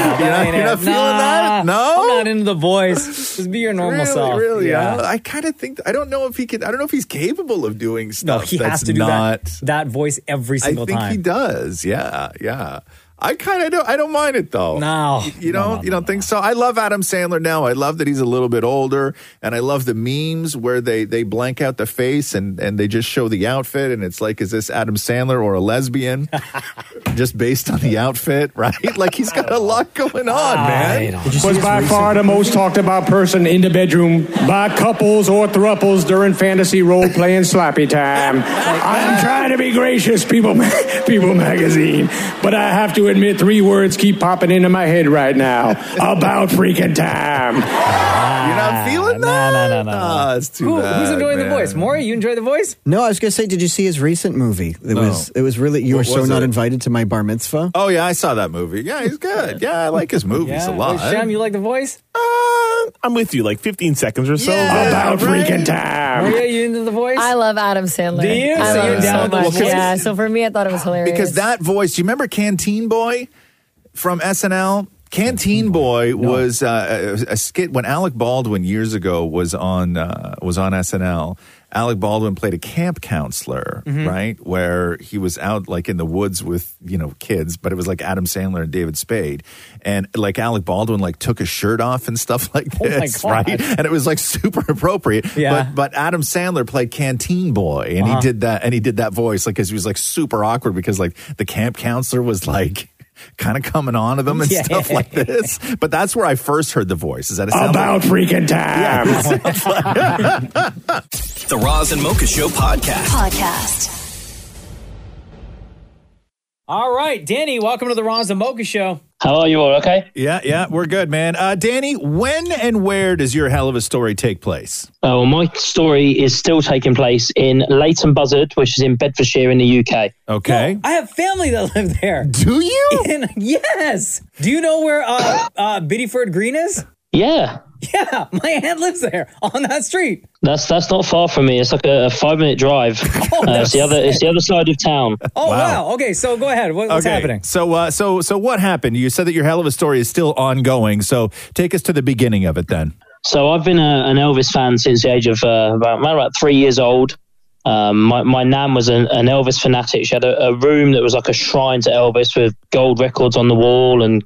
S6: Oh, You're not,
S4: ain't
S6: you're
S4: it.
S6: not feeling
S4: Nah,
S6: that? No,
S4: I'm not into the voice. Just be your normal
S6: really,
S4: self.
S6: Really,
S4: Yeah.
S6: I, I kind of think I don't know if he can. I don't know if he's capable of doing
S4: No,
S6: stuff.
S4: he
S6: that's
S4: has to do
S6: not,
S4: that, that voice every single
S6: I think
S4: time.
S6: he does. Yeah, yeah. I kind of don't. I don't mind it though.
S4: No,
S6: you, you don't. you don't think so? I love Adam Sandler now. I love that he's a little bit older, and I love the memes where they they blank out the face and and they just show the outfit, and it's like, is this Adam Sandler or a lesbian? just based on the outfit, right? Like he's got a lot going on, man.
S12: was by far the most talked about person in the bedroom by couples or thruples during fantasy role playing sloppy time. I am trying to be gracious, People Ma- People Magazine, but I have to to admit three words keep popping into my head right now about freaking time.
S6: You're
S16: Ah,
S6: not feeling that? No, no, no, no. Ah, it's too
S4: Who- who's enjoying the voice? Maury, you enjoy the voice?
S16: No, I was gonna say, did you see his recent movie? It was it was really you
S6: What
S16: were so
S6: was
S16: not
S6: it?
S16: invited to my bar mitzvah.
S6: Oh yeah, I saw that movie. Yeah, he's good. Yeah, I like his movies a lot.
S4: Sham, you like the voice?
S14: Uh, I'm with you, like 15 seconds or so.
S4: About
S14: freaking time.
S4: Maria, you into the voice?
S5: I love Adam Sandler.
S4: Do you?
S5: I
S4: So
S5: love
S4: you're
S5: him
S4: down
S5: so
S4: with the
S5: much.
S4: voice?
S5: Yeah. So for me, I thought it was hilarious.
S6: because that voice, do you remember Canteen Boy from SNL? Canteen Boy was uh, a, a skit when Alec Baldwin years ago was on uh, was on SNL. Alec Baldwin played a camp counselor,
S25: Mhm.
S6: right, where he was out like in the woods with you know kids, but it was like Adam Sandler and David Spade, and like Alec Baldwin like took his shirt off and stuff like
S25: Oh my
S6: this,
S25: God.
S6: right? And it was like super appropriate.
S25: Yeah.
S6: But but Adam Sandler played Canteen Boy, and
S25: Uh-huh.
S6: he did that, and he did that voice like because he was like super awkward because like the camp counselor was like kind of coming on to them and
S25: Yeah.
S6: stuff like this. But that's where I first heard the voice. Is that it sound
S12: About
S6: like-
S12: freaking time.
S6: Yeah, it sounds like-
S1: The Roz and Mocha Show podcast.
S8: Podcast.
S4: All right, Danny, welcome to the Roz and Mocha Show.
S6: How are you all okay? Yeah, yeah, we're good, man. Uh, Danny, when and where does your hell of a story take place?
S26: Oh, well, my story is still taking place in Leighton Buzzard, which is in Bedfordshire in the UK.
S6: Okay.
S4: I have family that live there.
S6: Do you?
S4: yes. Do you know where uh, uh, Biddyford Green is?
S26: Yeah.
S4: Yeah, my aunt lives there on that street.
S26: That's that's not far from me. It's like a, a five minute drive.
S14: Oh,
S26: uh, it's the other it's the other side of town.
S4: Oh, wow. Okay, so go ahead. What, what's happening?
S6: So, uh, so, so, what happened? You said that your hell of a story is still ongoing. So, take us to the beginning of it, then.
S26: So I've been a, an Elvis fan since the age of uh, about, around about three years old. Um, my, my nan was an, an Elvis fanatic. She had a, a room that was like a shrine to Elvis with gold records on the wall and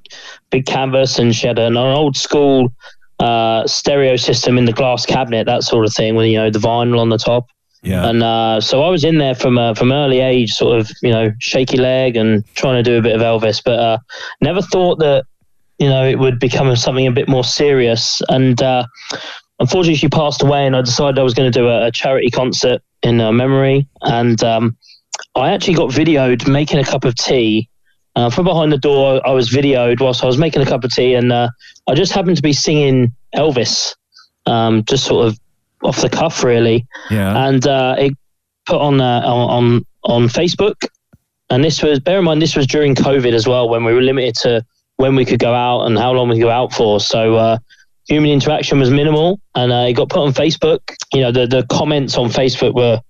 S26: big canvas, and she had an, old school uh, stereo system in the glass cabinet, that sort of thing, with you know the vinyl on the top.
S6: Yeah.
S26: And uh, so I was in there from uh, from early age, sort of you know shaky leg and trying to do a bit of Elvis, but uh, never thought that you know, it would become something a bit more serious. And uh, unfortunately, she passed away, and I decided I was going to do a, a charity concert in her memory. And um, I actually got videoed making a cup of tea. Uh, from behind the door, I was videoed whilst I was making a cup of tea, and uh, I just happened to be singing Elvis, um, just sort of off the cuff, really.
S6: Yeah.
S26: And uh, it put on uh, on on on Facebook, and this was, bear in mind, this was during COVID as well, when we were limited to when we could go out and how long we could go out for. So uh, human interaction was minimal, and uh, it got put on Facebook. You know, the, the comments on Facebook were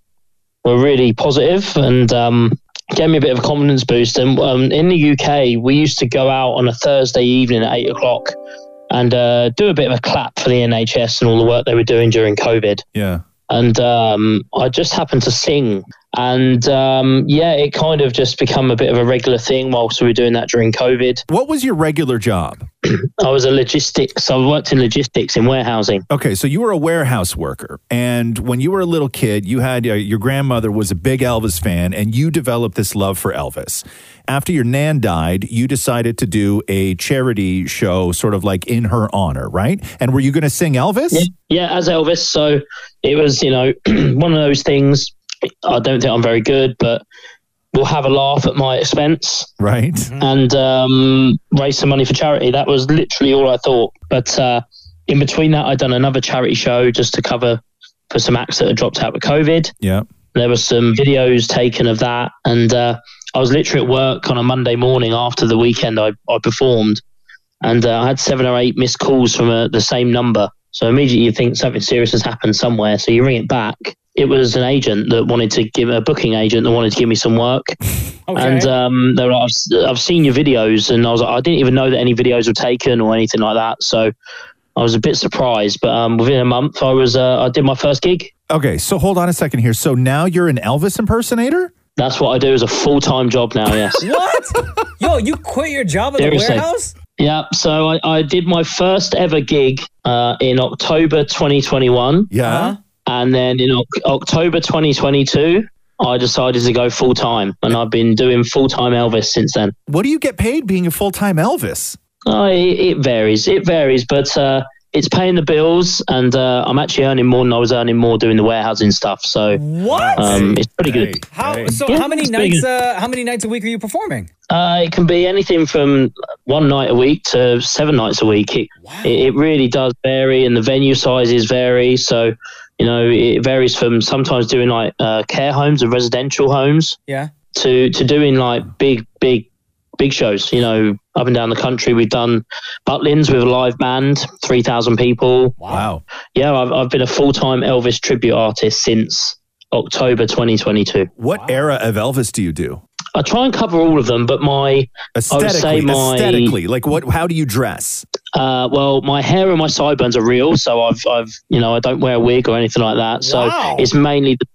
S26: were really positive and um, gave me a bit of a confidence boost. And um, in the UK, we used to go out on a Thursday evening at eight o'clock and uh, do a bit of a clap for the NHS and all the work they were doing during COVID
S6: Yeah.
S26: and um, I just happened to sing. And um, yeah, it kind of just become a bit of a regular thing whilst we were doing that during COVID.
S6: What was your regular job?
S26: I was a logistics. I worked in logistics in warehousing.
S6: Okay, so you were a warehouse worker, and when you were a little kid, you had uh, your grandmother was a big Elvis fan, and you developed this love for Elvis. After your nan died, you decided to do a charity show, sort of like in her honor, right? And were you going to sing Elvis?
S26: Yeah, as Elvis. So it was, you know, one of those things. I don't think I'm very good, but we'll have a laugh at my expense.
S6: Right.
S26: And um, raise some money for charity. That was literally all I thought. But uh, in between that, I'd done another charity show just to cover for some acts that had dropped out with COVID.
S6: Yeah.
S26: There were some videos taken of that. And uh, I was literally at work on a Monday morning after the weekend I, I performed. And uh, I had seven or eight missed calls from uh the same number. So immediately you think something serious has happened somewhere. So you ring it back. It was an agent that wanted to give a booking agent that wanted to give me some work. And um, they were like, I've, I've seen your videos. And I was like, I didn't even know that any videos were taken or anything like that. So I was a bit surprised. But um, within a month, I was uh, I did my first gig.
S6: Okay, so hold on a second here. So now you're an Elvis impersonator?
S26: That's what I do as a full time job now. Yes.
S4: What? Yo, you quit your job at the
S26: Seriously.
S4: warehouse?
S26: Yeah, so I, I did my first ever gig uh, in October 2021.
S4: Uh-huh.
S6: Yeah.
S26: And then in Oc October 2022, I decided to go full time. And I've been doing full time Elvis since then.
S6: What do you get paid being a full time Elvis?
S26: Oh, it, it varies. It varies. But uh, it's paying the bills, and uh, I'm actually earning more than I was earning more doing the warehousing stuff. So
S4: What?
S26: Um, it's pretty good.
S4: How, so
S26: Oh, Yeah,
S4: how many
S26: it's pretty
S4: nights?
S26: good.
S4: Uh, how many nights a week are you performing?
S26: Uh, it can be anything from one night a week to seven nights a week. It, it, it really does vary, and the venue sizes vary. So, you know, it varies from sometimes doing like uh, care homes and residential homes
S4: Yeah.
S26: to to doing like big, big, big shows. You know, up and down the country, we've done Butlins with a live band, three thousand people.
S6: Wow.
S26: Yeah, I've I've been a full time Elvis tribute artist since October 2022.
S6: What era of Elvis do you do?
S26: I try and cover all of them, but my I would say
S6: Aesthetically,
S26: my
S6: aesthetically, like what? How do you dress?
S26: Uh, well, my hair and my sideburns are real, so I've, I've, you know, I don't wear a wig or anything like that. So
S6: Wow.
S26: it's mainly, the,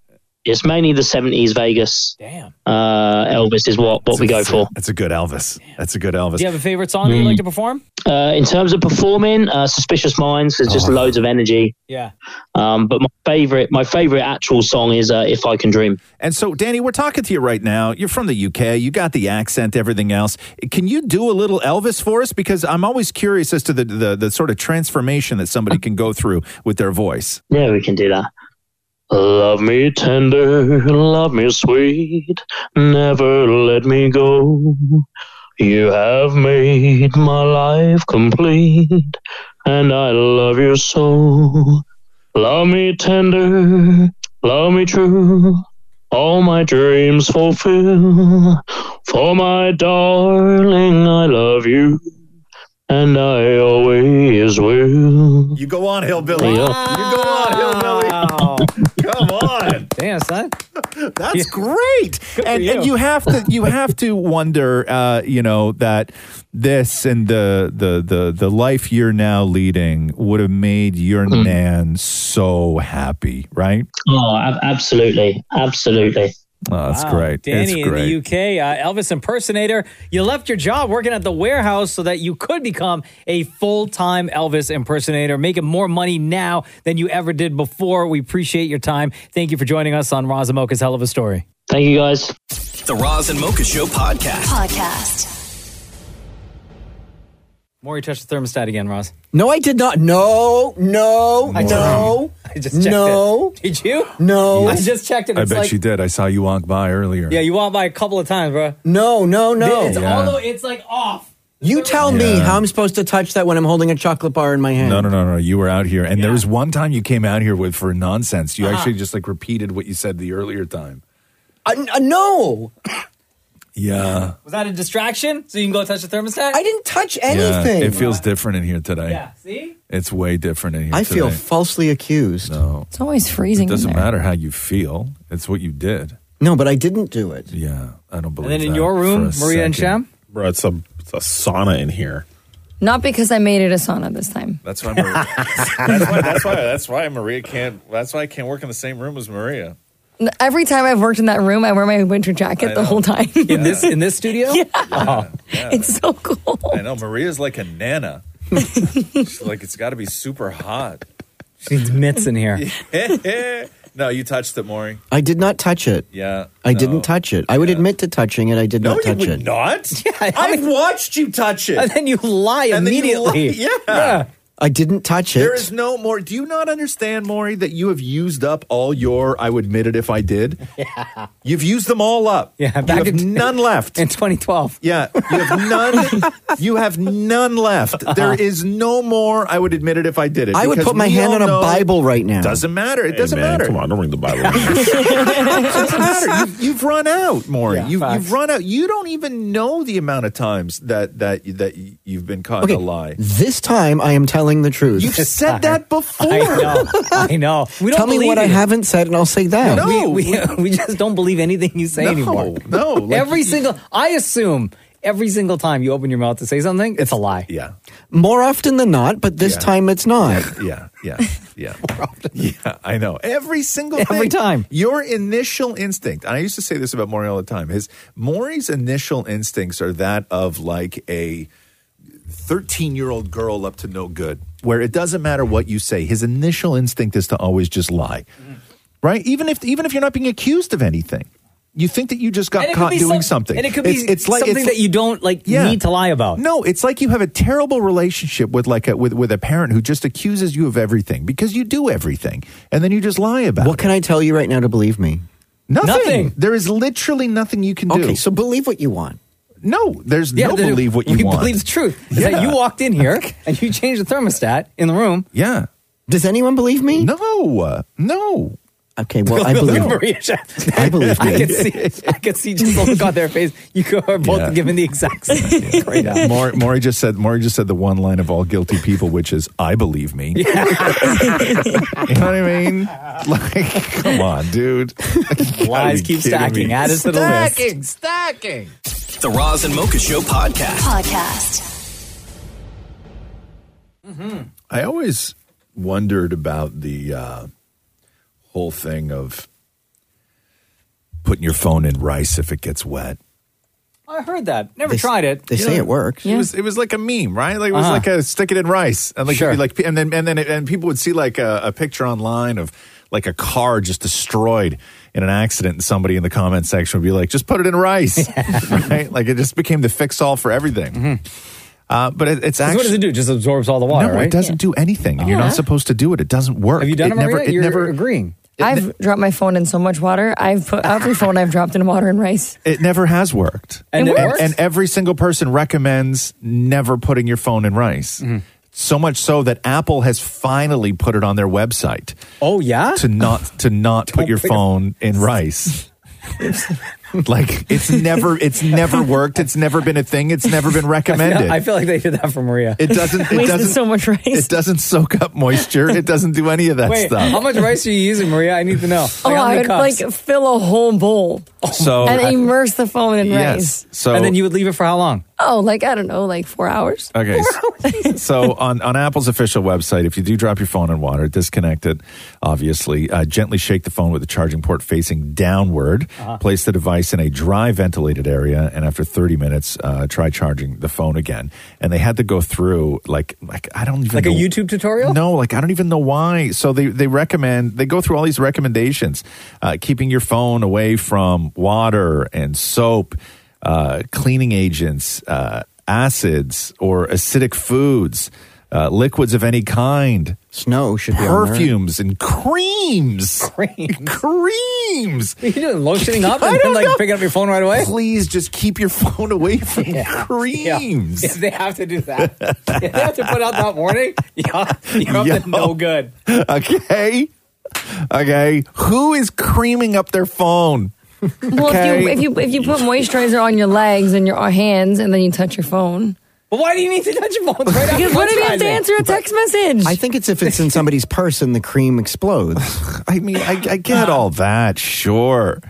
S26: it's mainly the seventies Vegas.
S4: Damn.
S26: Uh, Elvis is what what we go for.
S6: That's a good Elvis. That's a good Elvis.
S4: Do you have a favorite song that you
S26: Mm.
S4: like to perform?
S26: Uh, in terms of performing, uh, Suspicious Minds, there's
S6: Oh.
S26: just loads of energy.
S4: Yeah.
S26: Um, but my favorite, my favorite actual song is uh, "If I Can Dream."
S6: And so, Danny, we're talking to you right now. You're from the UK. You got the accent, everything else. Can you do a little Elvis for us? Because I'm always curious as to the the, the sort of transformation that somebody can go through with their voice.
S26: Yeah, we can do that. Love me tender, love me sweet, never let me go. You have made my life complete, and I love you so. Love me tender, love me true, all my dreams fulfill. For my darling, I love you, and I always will.
S6: You go on, hillbilly.
S26: You go
S6: on, hillbilly. Come on.
S4: Damn, son.
S6: That's great.
S4: Good for
S6: and, and
S4: you.
S6: you have to you have to wonder, uh, you know, that this and the the the the life you're now leading would have made your
S26: Mm-hmm.
S6: nan so happy, right?
S26: Oh, ab- absolutely, absolutely.
S6: Oh, that's
S4: Wow.
S6: great. That's
S4: Danny in
S6: great.
S4: the UK, uh, Elvis impersonator. You left your job working at the warehouse so that you could become a full time Elvis impersonator, making more money now than you ever did before. We appreciate your time. Thank you for joining us on Razamoka's Hell of a Story.
S26: Thank you, guys.
S1: The Roz and Mocha Show podcast.
S8: Podcast.
S4: Maury touched the thermostat again, Roz.
S7: No, I did not. No, no, no.
S4: I just checked
S7: no.
S4: it. Did you?
S7: No.
S4: I just checked it. It's
S6: I bet
S4: like,
S6: you did. I saw you walk by earlier.
S4: Yeah, you walked by a couple of times, bro.
S7: No, no, no.
S4: It's, all the, it's like off.
S7: You tell me
S6: Yeah.
S7: how I'm supposed to touch that when I'm holding a chocolate bar in my hand.
S6: No, no, no, no. You were out here, and there was one time you came out here with for nonsense. You
S7: Uh-huh.
S6: actually just like repeated what you said the earlier time.
S7: Uh, n- uh, no.
S6: Yeah,
S4: Was that a distraction? So you can go touch the thermostat? I
S7: didn't touch
S6: Yeah, it feels different in here today.
S4: Yeah, see?
S6: It's way different in here.
S7: I feel
S6: today.
S7: falsely accused.
S6: No.
S5: It's always
S6: It
S5: freezing. in
S6: doesn't
S5: there.
S6: matter how you feel. It's what you did.
S7: No, but I didn't do it.
S6: Yeah, I don't believe.
S4: then in
S6: that
S4: your
S6: for
S4: room,
S6: a
S4: Maria and
S6: second.
S4: Sham?
S14: Bro, it's a it's a sauna in here.
S5: Not because I made it a sauna this time.
S6: That's why. Maria, that's why. That's why. That's why Maria can't. That's why I can't work in the same room as Maria.
S5: N- Every time I've worked in that room, I wear my winter jacket the whole time.
S4: In this in this studio? Yeah.
S5: It's so cool.
S6: I know Maria's like a nana. She's like it's got to be super hot.
S4: She needs mitts in here.
S6: no, you touched it, Maury.
S7: I did not touch it.
S6: Yeah,
S7: I didn't touch it. I would admit to touching it. I did not
S6: you
S7: touch
S6: would
S7: it.
S6: not. I've watched you touch it.
S4: And then you lie
S6: And then you lie-
S4: immediately.
S6: yeah.
S7: I didn't touch it.
S6: There is no more. Do you not understand, Maury, that you have used up all your I would admit it if I did? Yeah. You've used them all up. Yeah.
S4: back
S6: you have
S4: in-
S6: none left.
S4: In 2012.
S6: Yeah. You have none. you have none left. There is no more I would admit it if I did it.
S7: Uh-huh. I would
S6: because
S7: put my
S6: we
S7: hand
S6: all
S7: on a
S6: know-
S7: Bible right now.
S6: Doesn't matter. It doesn't
S14: man,
S6: matter.
S14: Come on, don't ring the Bible.
S6: it doesn't matter. You've, you've run out, Maury.
S7: Yeah,
S6: you've,
S7: facts.
S6: you've run out. You don't even know the amount of times that that that you've been caught in a lie.
S7: This time I am telling the truth.
S6: You've said that before.
S4: I know. I know. We don't
S7: Tell me
S4: believe
S7: what I
S4: you.
S7: haven't said and I'll say that.
S4: We, we, we just don't believe anything you say
S7: No,
S4: anymore.
S6: No.
S4: every single, I assume every single time you open your mouth to say something, it's a lie.
S6: Yeah.
S7: More often than not, but this
S6: Yeah.
S7: time it's not.
S6: Yeah, yeah, yeah. yeah, I know. Every single
S7: Every
S6: thing.
S7: time.
S6: Your initial instinct, and I used to say this about Maury all the time, his Maury's initial instincts are that of like a 13 year old girl up to no good, where it doesn't matter what you say. His
S4: Mm-hmm.
S6: initial instinct is to always just lie. Right? Even if even if you're not being accused of anything. You think that you just got
S4: And it could
S6: caught
S4: be
S6: doing
S4: some-
S6: something.
S4: and it could be something that you don't, like, need to lie about.
S6: No, it's like you have a terrible relationship with like a with, with a parent who just accuses you of everything because you do everything and then you just lie about it. What
S7: can I tell you right now to believe me?
S6: Nothing.
S7: Nothing.
S6: There is literally nothing you can do.
S7: Okay, so believe what you want.
S6: No, there's
S4: Yeah,
S6: no
S4: the-
S6: believe what you
S4: we
S6: want.
S4: believe the truth. Is that
S6: Yeah.
S4: you walked in here and you changed the thermostat in the room.
S6: Yeah.
S7: Does anyone believe me?
S6: No. No.
S7: Okay, well, I believe.
S4: Maria. Shep.
S7: I believe
S4: I
S7: you.
S4: could see. I could see just the look on their face. You go- are both
S6: Yeah.
S4: giving the exact same. uh, right now.
S6: Yeah. Maury, Maury just said Maury just said the one line of all guilty people, which is "I believe me." you know what I mean? Like, come on, dude.
S1: Lies
S6: keep
S1: stacking. Add us to the list.
S6: Stacking, stacking.
S1: The Roz and Mocha Show podcast.
S8: Podcast.
S4: Mm-hmm.
S6: I always wondered about the uh, whole thing of putting your phone in rice if it gets wet.
S4: I heard that. Never tried it.
S6: You know, It was it was like a meme, right? Like it was
S4: Uh-huh.
S6: like a stick it in rice, and like it'd be like and then and then and people would see like a, a picture online of like a car just destroyed in an accident, and somebody in the comment section would be like, "Just put it in rice," right? Like it just became the fix all for everything.
S4: Mm-hmm.
S6: Uh, but it, it's
S4: 'Cause
S6: actually
S4: what does it do? Just absorbs all the water,
S6: no,
S4: right?
S6: it doesn't do anything, and you're
S5: Yeah.
S6: not supposed to do it. It doesn't work.
S4: Have you done it,
S6: never,
S4: Maria?
S6: it
S4: You're
S6: never
S4: agreeing.
S5: I've dropped my phone in so much water. I've put every phone I've dropped in water and rice.
S6: It never has worked.
S5: And It it
S6: and,
S5: works.
S6: and every single person recommends never putting your phone in rice.
S4: Mm-hmm.
S6: So much so that Apple has finally put it on their website.
S4: Oh yeah?
S6: To not to not put your
S4: put your-
S6: phone in rice. like it's never it's never worked. It's never been a thing. It's never been
S4: I
S6: recommended.
S4: feel, I feel like they did that for Maria.
S6: it doesn't it doesn't
S5: much rice.
S6: It doesn't soak up moisture. It doesn't do any of that
S4: Wait,
S6: stuff.
S4: how much rice are you using, Maria? I need to know.
S5: Oh,
S4: Like, how
S5: I
S4: many
S5: would
S4: cups?
S5: like fill a whole bowl
S6: So
S4: Oh,
S5: and immerse the phone in rice.
S6: So
S4: and then you would leave it for how long?
S5: Oh, like I don't know, like four hours.
S6: Okay. s- so on, on Apple's official website, if you do drop your phone in water, disconnect it, obviously. Uh, gently shake the phone with the charging port facing downward.
S4: Uh-huh.
S6: Place the device in a dry, ventilated area. And after 30 minutes, uh, try charging the phone again. And they had to go through, like, like I don't even
S4: Like a
S6: know-
S4: YouTube tutorial?
S6: No, like I don't even know why. So they, they recommend, they go through all these recommendations uh, keeping your phone away from water and soap, uh, cleaning agents, uh, acids or acidic foods, uh, liquids of any kind.
S7: Snow should
S4: be on there.
S6: Perfumes and creams.
S4: Creams.
S6: Creams.
S4: Are you doing lotioning up
S6: I
S4: and
S6: don't
S4: then like
S6: know.
S4: picking up your phone right away?
S6: Please just keep your phone away from creams.
S4: Yeah. If they have to do that, if they have to put out that warning, yeah, you're up
S6: Yo.
S4: to no good.
S6: Okay. Okay. Who is creaming up their phone?
S5: Well,
S6: Okay.
S5: if you if you if you put moisturizer on your legs and your hands and then you touch your phone,
S4: But why do you need to touch your phone right after
S5: because what if you have to
S4: driving?
S5: answer a text message?
S7: I think it's if it's in somebody's purse and the cream explodes.
S6: I mean, I, I get all that, sure.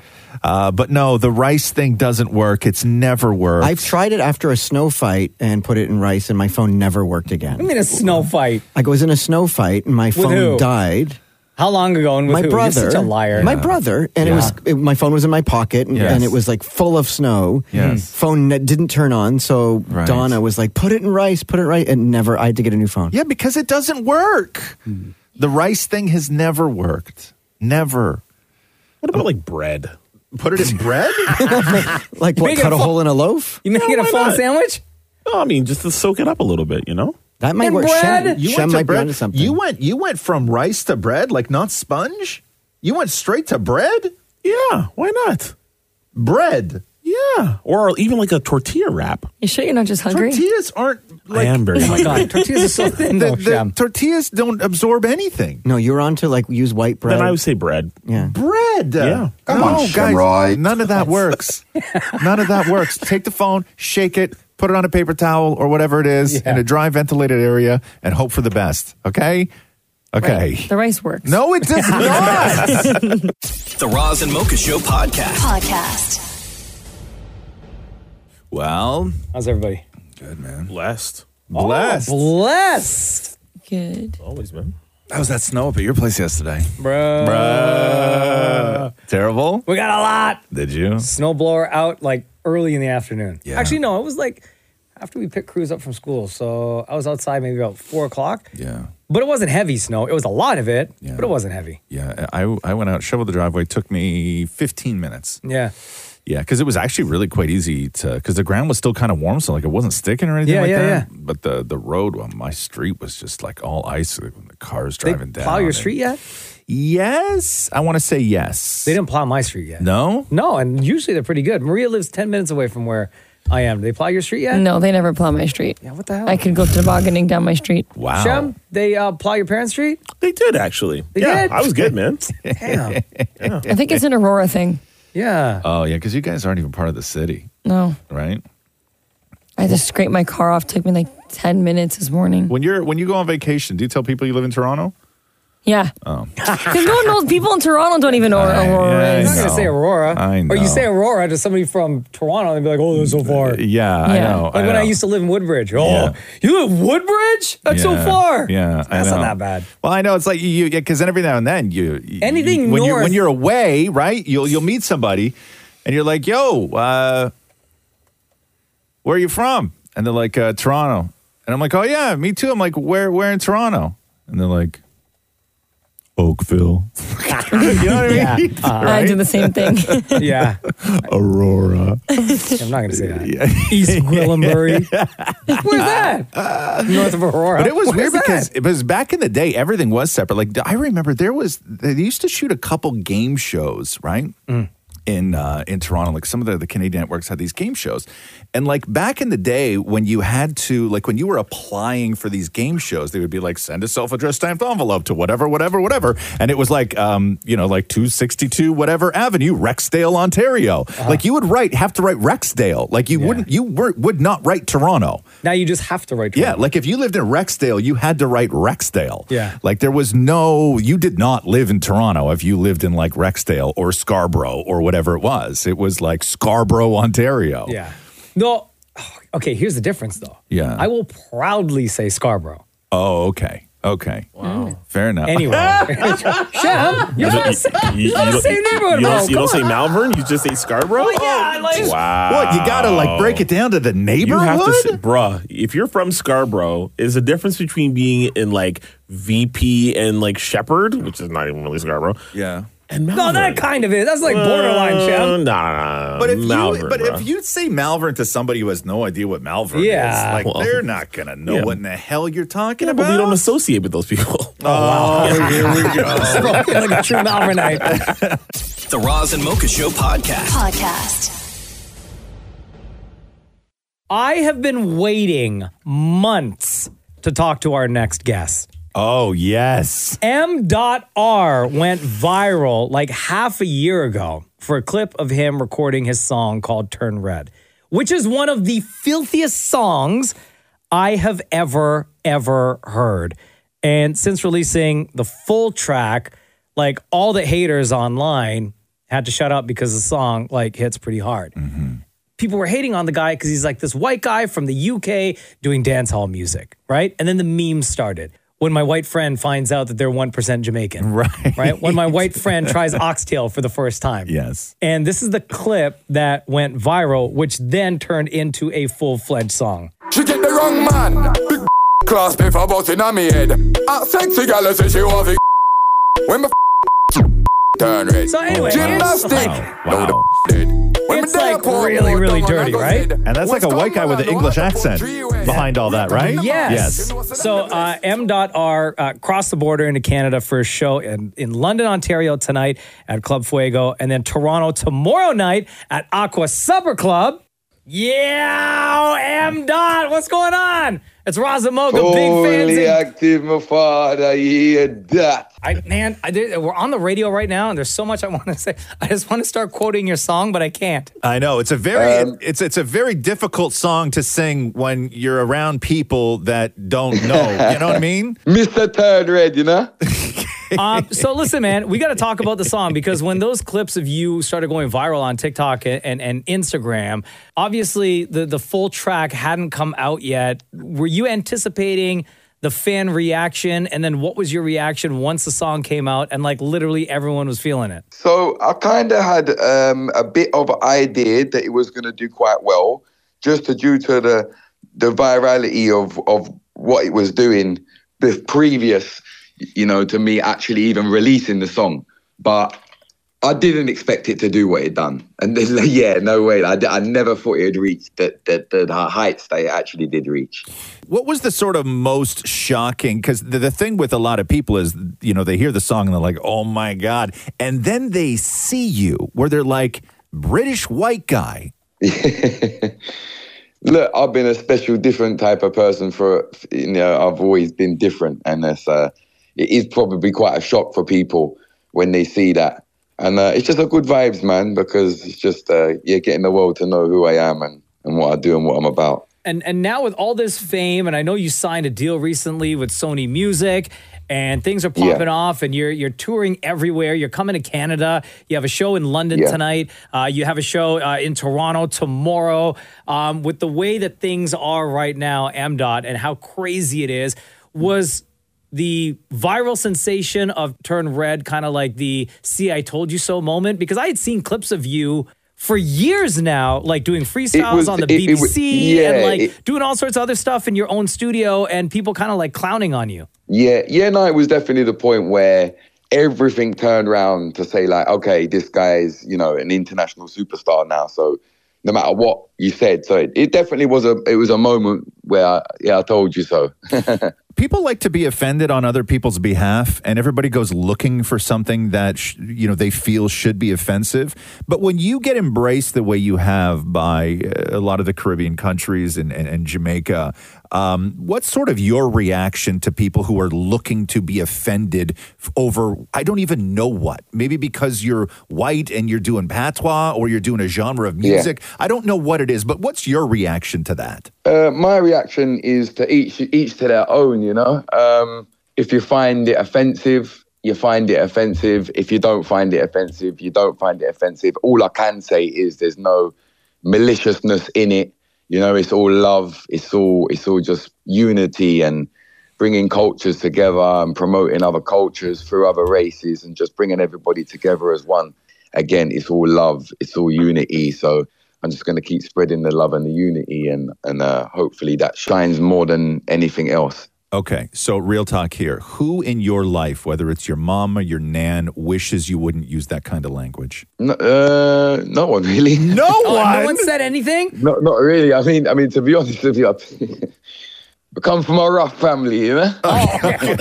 S6: Uh, but no, the rice thing doesn't work. It's never worked.
S7: I've tried it after a snow fight and put it in rice, and my phone never worked
S4: I
S7: again.
S4: mean, a snow fight.
S7: I was in a snow fight, and my
S4: With
S7: phone
S4: who?
S7: died.
S4: How long ago? And with
S7: my
S4: who?
S7: brother,
S4: You're such a liar.
S7: My brother, and it
S4: Yeah.
S7: was it, my phone was in my pocket, and,
S4: Yes.
S7: and it was like full of snow.
S4: Yes.
S7: phone ne- didn't turn on, so Donna was like, "Put it in rice, put it in rice," and never. I had to get a new phone.
S6: Yeah, because it doesn't work. The rice thing has never worked. Never. What about like bread? Put it in bread?
S7: like
S14: You what, make it cut a a fu- hole
S7: in a loaf?
S4: You make it a full sandwich?
S14: No, I mean just to soak it up a little bit, you know.
S7: That
S14: might
S6: And
S14: work. Shem-
S6: you
S14: Shem
S6: went
S14: might
S6: to
S14: be
S6: bread.
S14: onto something.
S6: You went you went from rice to bread, like not sponge? You went straight to bread?
S14: Yeah, why not?
S6: Bread.
S14: Yeah, or even like a tortilla wrap.
S5: you sure you're not just hungry?
S6: Tortillas aren't
S14: I am very.
S5: Oh my
S14: hungry.
S5: God, tortillas are so thin,
S6: The- the tortillas don't absorb anything.
S7: No, you were on to like use white bread.
S14: Then I would say bread.
S7: Yeah.
S6: Bread.
S14: Yeah.
S6: Come
S14: No,
S6: on,
S14: guys.
S6: guys. None of that works. None of that works. Take the phone, shake it, put it on a paper towel or whatever it is in a dry ventilated area and hope for the best. Okay? Okay.
S5: The rice works.
S6: No, it does not.
S1: The Roz and Mocha Show podcast.
S8: Podcast.
S6: Well,
S4: how's everybody?
S3: Good, man.
S14: Blessed.
S6: Oh,
S3: Blessed.
S4: blessed.
S5: Good.
S14: Always, man.
S3: How was that snow up at your place yesterday?
S4: Bruh.
S3: Bruh. Terrible?
S4: We got a lot.
S3: Did you?
S4: Snowblower out like early in the afternoon.
S3: Yeah.
S4: Actually, no, it was like after we picked Cruz up from school. So I was outside maybe about four o'clock. Yeah. But it wasn't heavy snow. It was a lot of it, but it wasn't heavy.
S6: Yeah, I, I went out, shoveled the driveway. Took me 15 minutes.
S4: Yeah.
S6: Yeah, because it was actually really quite easy to because the ground was still kind of warm, so like it wasn't sticking or anything
S4: Yeah,
S6: like
S4: yeah,
S6: that. But the the road on my street was just like all ice when the cars driving down.
S4: Plow your
S6: and-
S4: street yet?
S6: Yes. I want to say yes. They
S4: didn't plow my street yet.
S6: No?
S4: No, and usually they're pretty good. Maria lives 10 minutes away from where I am. Do they plow your street yet?
S5: No, they never plow my street. Yeah,
S4: what the hell?
S5: I could go tobogganing down my street.
S4: Shem, they uh, plow your parents' street?
S14: They did actually.
S4: They
S14: yeah,
S4: did?
S14: I was good, man.
S4: Damn.
S5: I think it's an Aurora thing.
S4: Yeah.
S6: Oh yeah, because you guys aren't even part of the city,
S5: No,
S6: right?
S5: I just scraped my car off. Took me like ten minutes this morning.
S6: When you're when you go on vacation, do you tell people you live in Toronto?
S5: Yeah,
S6: Oh,
S5: because no one knows. People in Toronto don't even know where Aurora
S6: yeah, I
S4: You're not going to
S6: know.
S4: say Aurora.
S6: I
S4: Or
S6: know.
S4: you say Aurora to somebody from Toronto and be like, oh, they're so far.
S6: yeah, I know.
S4: Like when I used to live in Woodbridge. Oh,
S6: Yeah.
S4: you live in Woodbridge? That's so
S6: Yeah,
S4: far.
S6: Yeah, I
S4: That's not
S6: know.
S4: that bad.
S6: Well, I know it's like you- you because every now and then you, you
S4: Anything
S6: you- when you're
S4: north-
S6: when you're away, right? You'll you'll meet somebody, and you're like, "Yo, uh, where are you from?" And they're like, uh, "Toronto," and I'm like, "Oh yeah, me too." I'm like, "Where where in Toronto?" And they're like, "Oakville." you know what I mean?
S5: I did the same thing.
S4: yeah.
S6: Aurora.
S4: I'm not going to say that. East Gwillimbury. Where's that? North of Aurora.
S6: Uh, But it was
S4: Where's
S6: weird
S4: that?
S6: because it was back in the day, everything was separate. Like I remember there was they used to shoot a couple game shows, right?
S4: Mm.
S6: In uh, in Toronto, like some of the, the Canadian networks had these game shows, and like back in the day when you had to like when you were applying for these game shows, they would be like send a self addressed stamped envelope to whatever, whatever, whatever, and it was like um you know like two sixty two whatever Avenue, Rexdale, Ontario.
S4: Uh-huh.
S6: Like you would write have to write Rexdale, like you wouldn't you weren't would not write Toronto.
S4: Now you just have to write.
S6: Yeah, like if you lived in Rexdale, you had to write Rexdale.
S4: Yeah.
S6: Like there was no, you did not live in Toronto if you lived in like Rexdale or Scarborough or whatever it was. It was like Scarborough, Ontario.
S4: Yeah. No. Okay, here's the difference though.
S6: Yeah.
S4: I will proudly say Scarborough.
S6: Oh, okay. Okay. Wow. Fair enough.
S4: Anyway.
S14: You
S4: Shem, you're not
S14: don't-
S4: the same-
S14: you-
S4: you're not
S14: you
S4: the same
S14: don't-
S4: neighborhood.
S14: You
S4: bro.
S6: Oh,
S14: don't, you
S4: Come
S14: don't say
S4: on.
S14: Melbourne. You just say Scarborough.
S4: Well, yeah, I like-
S14: wow.
S6: What? You gotta like break it down to the
S14: You
S6: neighborhood?
S14: have to, say, bruh. If you're from Scarborough, is a difference between being in like VP and like Shepherd, which is not even really Scarborough.
S6: Yeah.
S14: And
S4: No, that kind of is. That's like borderline, Shem.
S14: Uh, Nah,
S6: But if you
S14: Malvern,
S6: but
S14: bruh.
S6: if you say Malvern to somebody who has no idea what Malvern
S14: Yeah.
S6: is, like
S14: Well,
S6: they're not gonna know
S14: yeah.
S6: what in the hell you're talking
S14: yeah,
S6: about.
S14: but we don't associate with those people. Oh,
S6: wow. Here we go.
S4: Spoken like a true Malvernite.
S1: The Roz and Mocha Show podcast.
S27: Podcast.
S4: I have been waiting months to talk to our next guest.
S6: Oh, yes.
S4: M.R. went viral like half a year ago for a clip of him recording his song called Turn Red, which is one of the filthiest songs I have ever, ever heard. And since releasing the full track, like all the haters online had to shut up because the song like hits pretty hard
S6: Mm-hmm.
S4: people were hating on the guy because he's like this white guy from the UK doing dance hall music, right? And then the memes started when my white friend finds out that they're 1% Jamaican.
S6: Right.
S4: Right? When my white friend tries oxtail for the first time.
S6: Yes.
S4: And this is the clip that went viral, which then turned into a full fledged song.
S7: She get the wrong man. Big class pay for boss in me head. A sexy gal I say she was a when my turn red.
S4: So anyway,
S7: gymnastic.
S6: Wow.
S4: It's like really, really dirty, right?
S6: And that's like a white guy with an English accent behind all that, right?
S4: Yes. So uh, M.R. Uh, crossed the border into Canada for a show in, in London, Ontario tonight at Club Fuego, and then Toronto tomorrow night at Aqua Supper Club. Yeah, M. Dot, what's going on? It's Razamoga, big fans.
S25: Only
S4: in-
S25: active, my father, hear that.
S4: I, man, I did, we're on the radio right now, and there's so much I want to say. I just want to start quoting your song, but I can't.
S6: I know it's a very
S4: Um,
S6: it's it's a very difficult song to sing when you're around people that don't know. You know what I mean?
S25: Mr. Third Red, you know?
S4: um, so listen, man, we got to talk about the song because when those clips of you started going viral on TikTok and, and, and Instagram, obviously the, the full track hadn't come out yet. Were you anticipating the fan reaction? And then what was your reaction once the song came out and like literally everyone was feeling it?
S25: So I kind of had um, a bit of an idea that it was going to do quite well, just to, due to the the virality of of what it was doing the previous, you know, to me actually even releasing the song. But I didn't expect it to do what it done, and there's like, yeah, no way. I, I never thought it would reach the, the, the, the heights that it actually did reach.
S6: What was the sort of most shocking? Because the, the thing with a lot of people is, you know, they hear the song and they're like, oh my God. And then they see you where they're like, British white guy.
S25: Look, I've been a special, different type of person for you know. I've always been different, and that's uh, it is probably quite a shock for people when they see that. And uh, it's just a good vibes, man, because it's just uh, yeah, getting the world to know who I am and, and what I do and what I'm about.
S4: And and now with all this fame, and I know you signed a deal recently with Sony Music, and things are
S25: Yeah.
S4: popping off, and you're you're touring everywhere. You're coming to Canada. You have a show in London
S25: Yeah.
S4: tonight. Uh, you have a show uh, in Toronto tomorrow. Um, with the way that things are right now, MDOT, and how crazy it is, was the viral sensation of Turn Red kind of like the "See, I told you so" moment? Because I had seen clips of you. For years now, like doing freestyles
S25: was-
S4: on the
S25: it-
S4: BBC
S25: it was-
S4: and
S25: yeah,
S4: like
S25: it-
S4: doing all sorts of other stuff in your own studio and people kind of like clowning on you.
S25: Yeah, yeah, no, it was definitely the point where everything turned around to say like, okay, this guy's you know an international superstar now, so no matter what you said, so it, it definitely was a it was a moment where I, yeah, I told you so.
S6: People like to be offended on other people's behalf, and everybody goes looking for something that sh- you know they feel should be offensive. But when you get embraced the way you have by uh, a lot of the Caribbean countries and, and, and Jamaica, um, what's sort of your reaction to people who are looking to be offended f- over I don't even know what? Maybe because you're white and you're doing patois or you're doing a genre of
S25: Yeah.
S6: music. I don't know what it is, but what's your reaction to that?
S25: Uh, my reaction is to each each to their own. You know, um, if you find it offensive, you find it offensive. If you don't find it offensive, you don't find it offensive. All I can say is there's no maliciousness in it. You know, it's all love. It's all it's all just unity and bringing cultures together and promoting other cultures through other races and just bringing everybody together as one. Again, it's all love. It's all unity. So I'm just going to keep spreading the love and the unity, and and uh, hopefully that shines more than anything else.
S6: Okay, so real talk here. Who in your life, whether it's your mom or your nan, wishes you wouldn't use that kind of language?
S25: No, uh, no one really. No
S4: Oh, no one said anything.
S25: Not not really. I mean, I mean to be honest with you, I come from a rough family, you know.
S4: Oh,
S6: okay,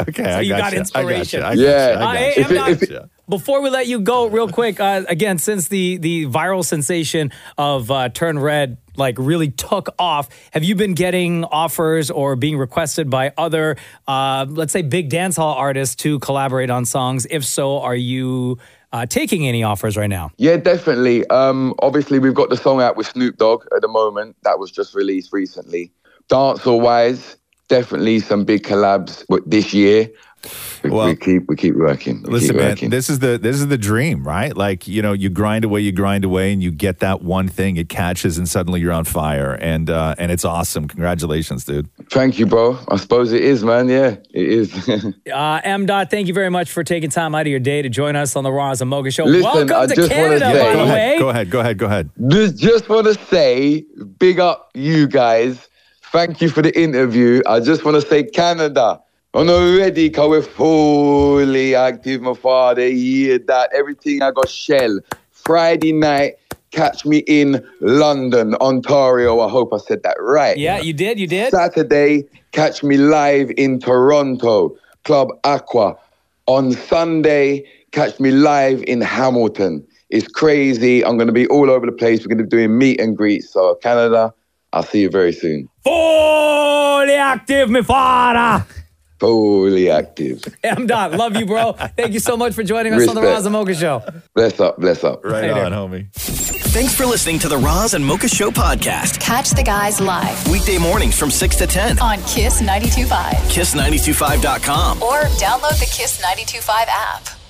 S6: okay.
S4: So you got
S6: gotcha,
S4: inspiration.
S6: I gotcha, I
S25: Yeah.
S6: gotcha, I
S4: Uh, hey,
S6: gotcha.
S4: I'm not- Before we let you go, real quick, uh, again, since the the viral sensation of uh, Turn Red like really took off, have you been getting offers or being requested by other, uh, let's say, big dance hall artists to collaborate on songs? If so, are you uh, taking any offers right now?
S25: Yeah, definitely. Um, obviously, we've got the song out with Snoop Dogg at the moment. That was just released recently. Dancehall wise, definitely some big collabs w- this year. We, we keep we keep working. We
S6: Listen,
S25: keep
S6: man,
S25: working.
S6: this is the this is the dream, right? Like you know, you grind away, you grind away, and you get that one thing. It catches, and suddenly you're on fire, and uh, and it's awesome. Congratulations, dude.
S25: Thank you, bro. I suppose it is, man. Yeah, it is.
S4: Uh, M. Dot, thank you very much for taking time out of your day to join us on the Roz and Mocha Show.
S25: Listen,
S4: Welcome
S25: I
S4: to
S25: just wanna
S4: Canada, by
S25: say-
S4: the
S25: Go
S4: way.
S25: ahead,
S6: Go ahead, go ahead, go ahead.
S25: Just, just want to say, big up you guys. Thank you for the interview. I just want to say, Canada. I'm already because we're fully active, my father. Yeah, that everything I got shell. Friday night, catch me in London, Ontario. I hope I said that right.
S4: Yeah, you did, you did.
S25: Saturday, catch me live in Toronto, Club Aqua. On Sunday, catch me live in Hamilton. It's crazy. I'm going to be all over the place. We're going to be doing meet and greets. So, Canada, I'll see you very soon.
S4: Fully active, mi fara.
S25: Fully active.
S4: M. Dot, love you, bro. Thank you so much for joining us on the
S25: Respect.
S4: Roz and Mocha Show.
S25: Bless up, bless up.
S6: Right
S4: Later.
S6: on, homie.
S1: Thanks for listening to the Roz and Mocha Show podcast.
S3: Catch the guys live
S1: Weekday mornings from 6 to 10.
S3: on Kiss 92.5
S1: Kiss925.com.
S3: or download the Kiss 92.5 app.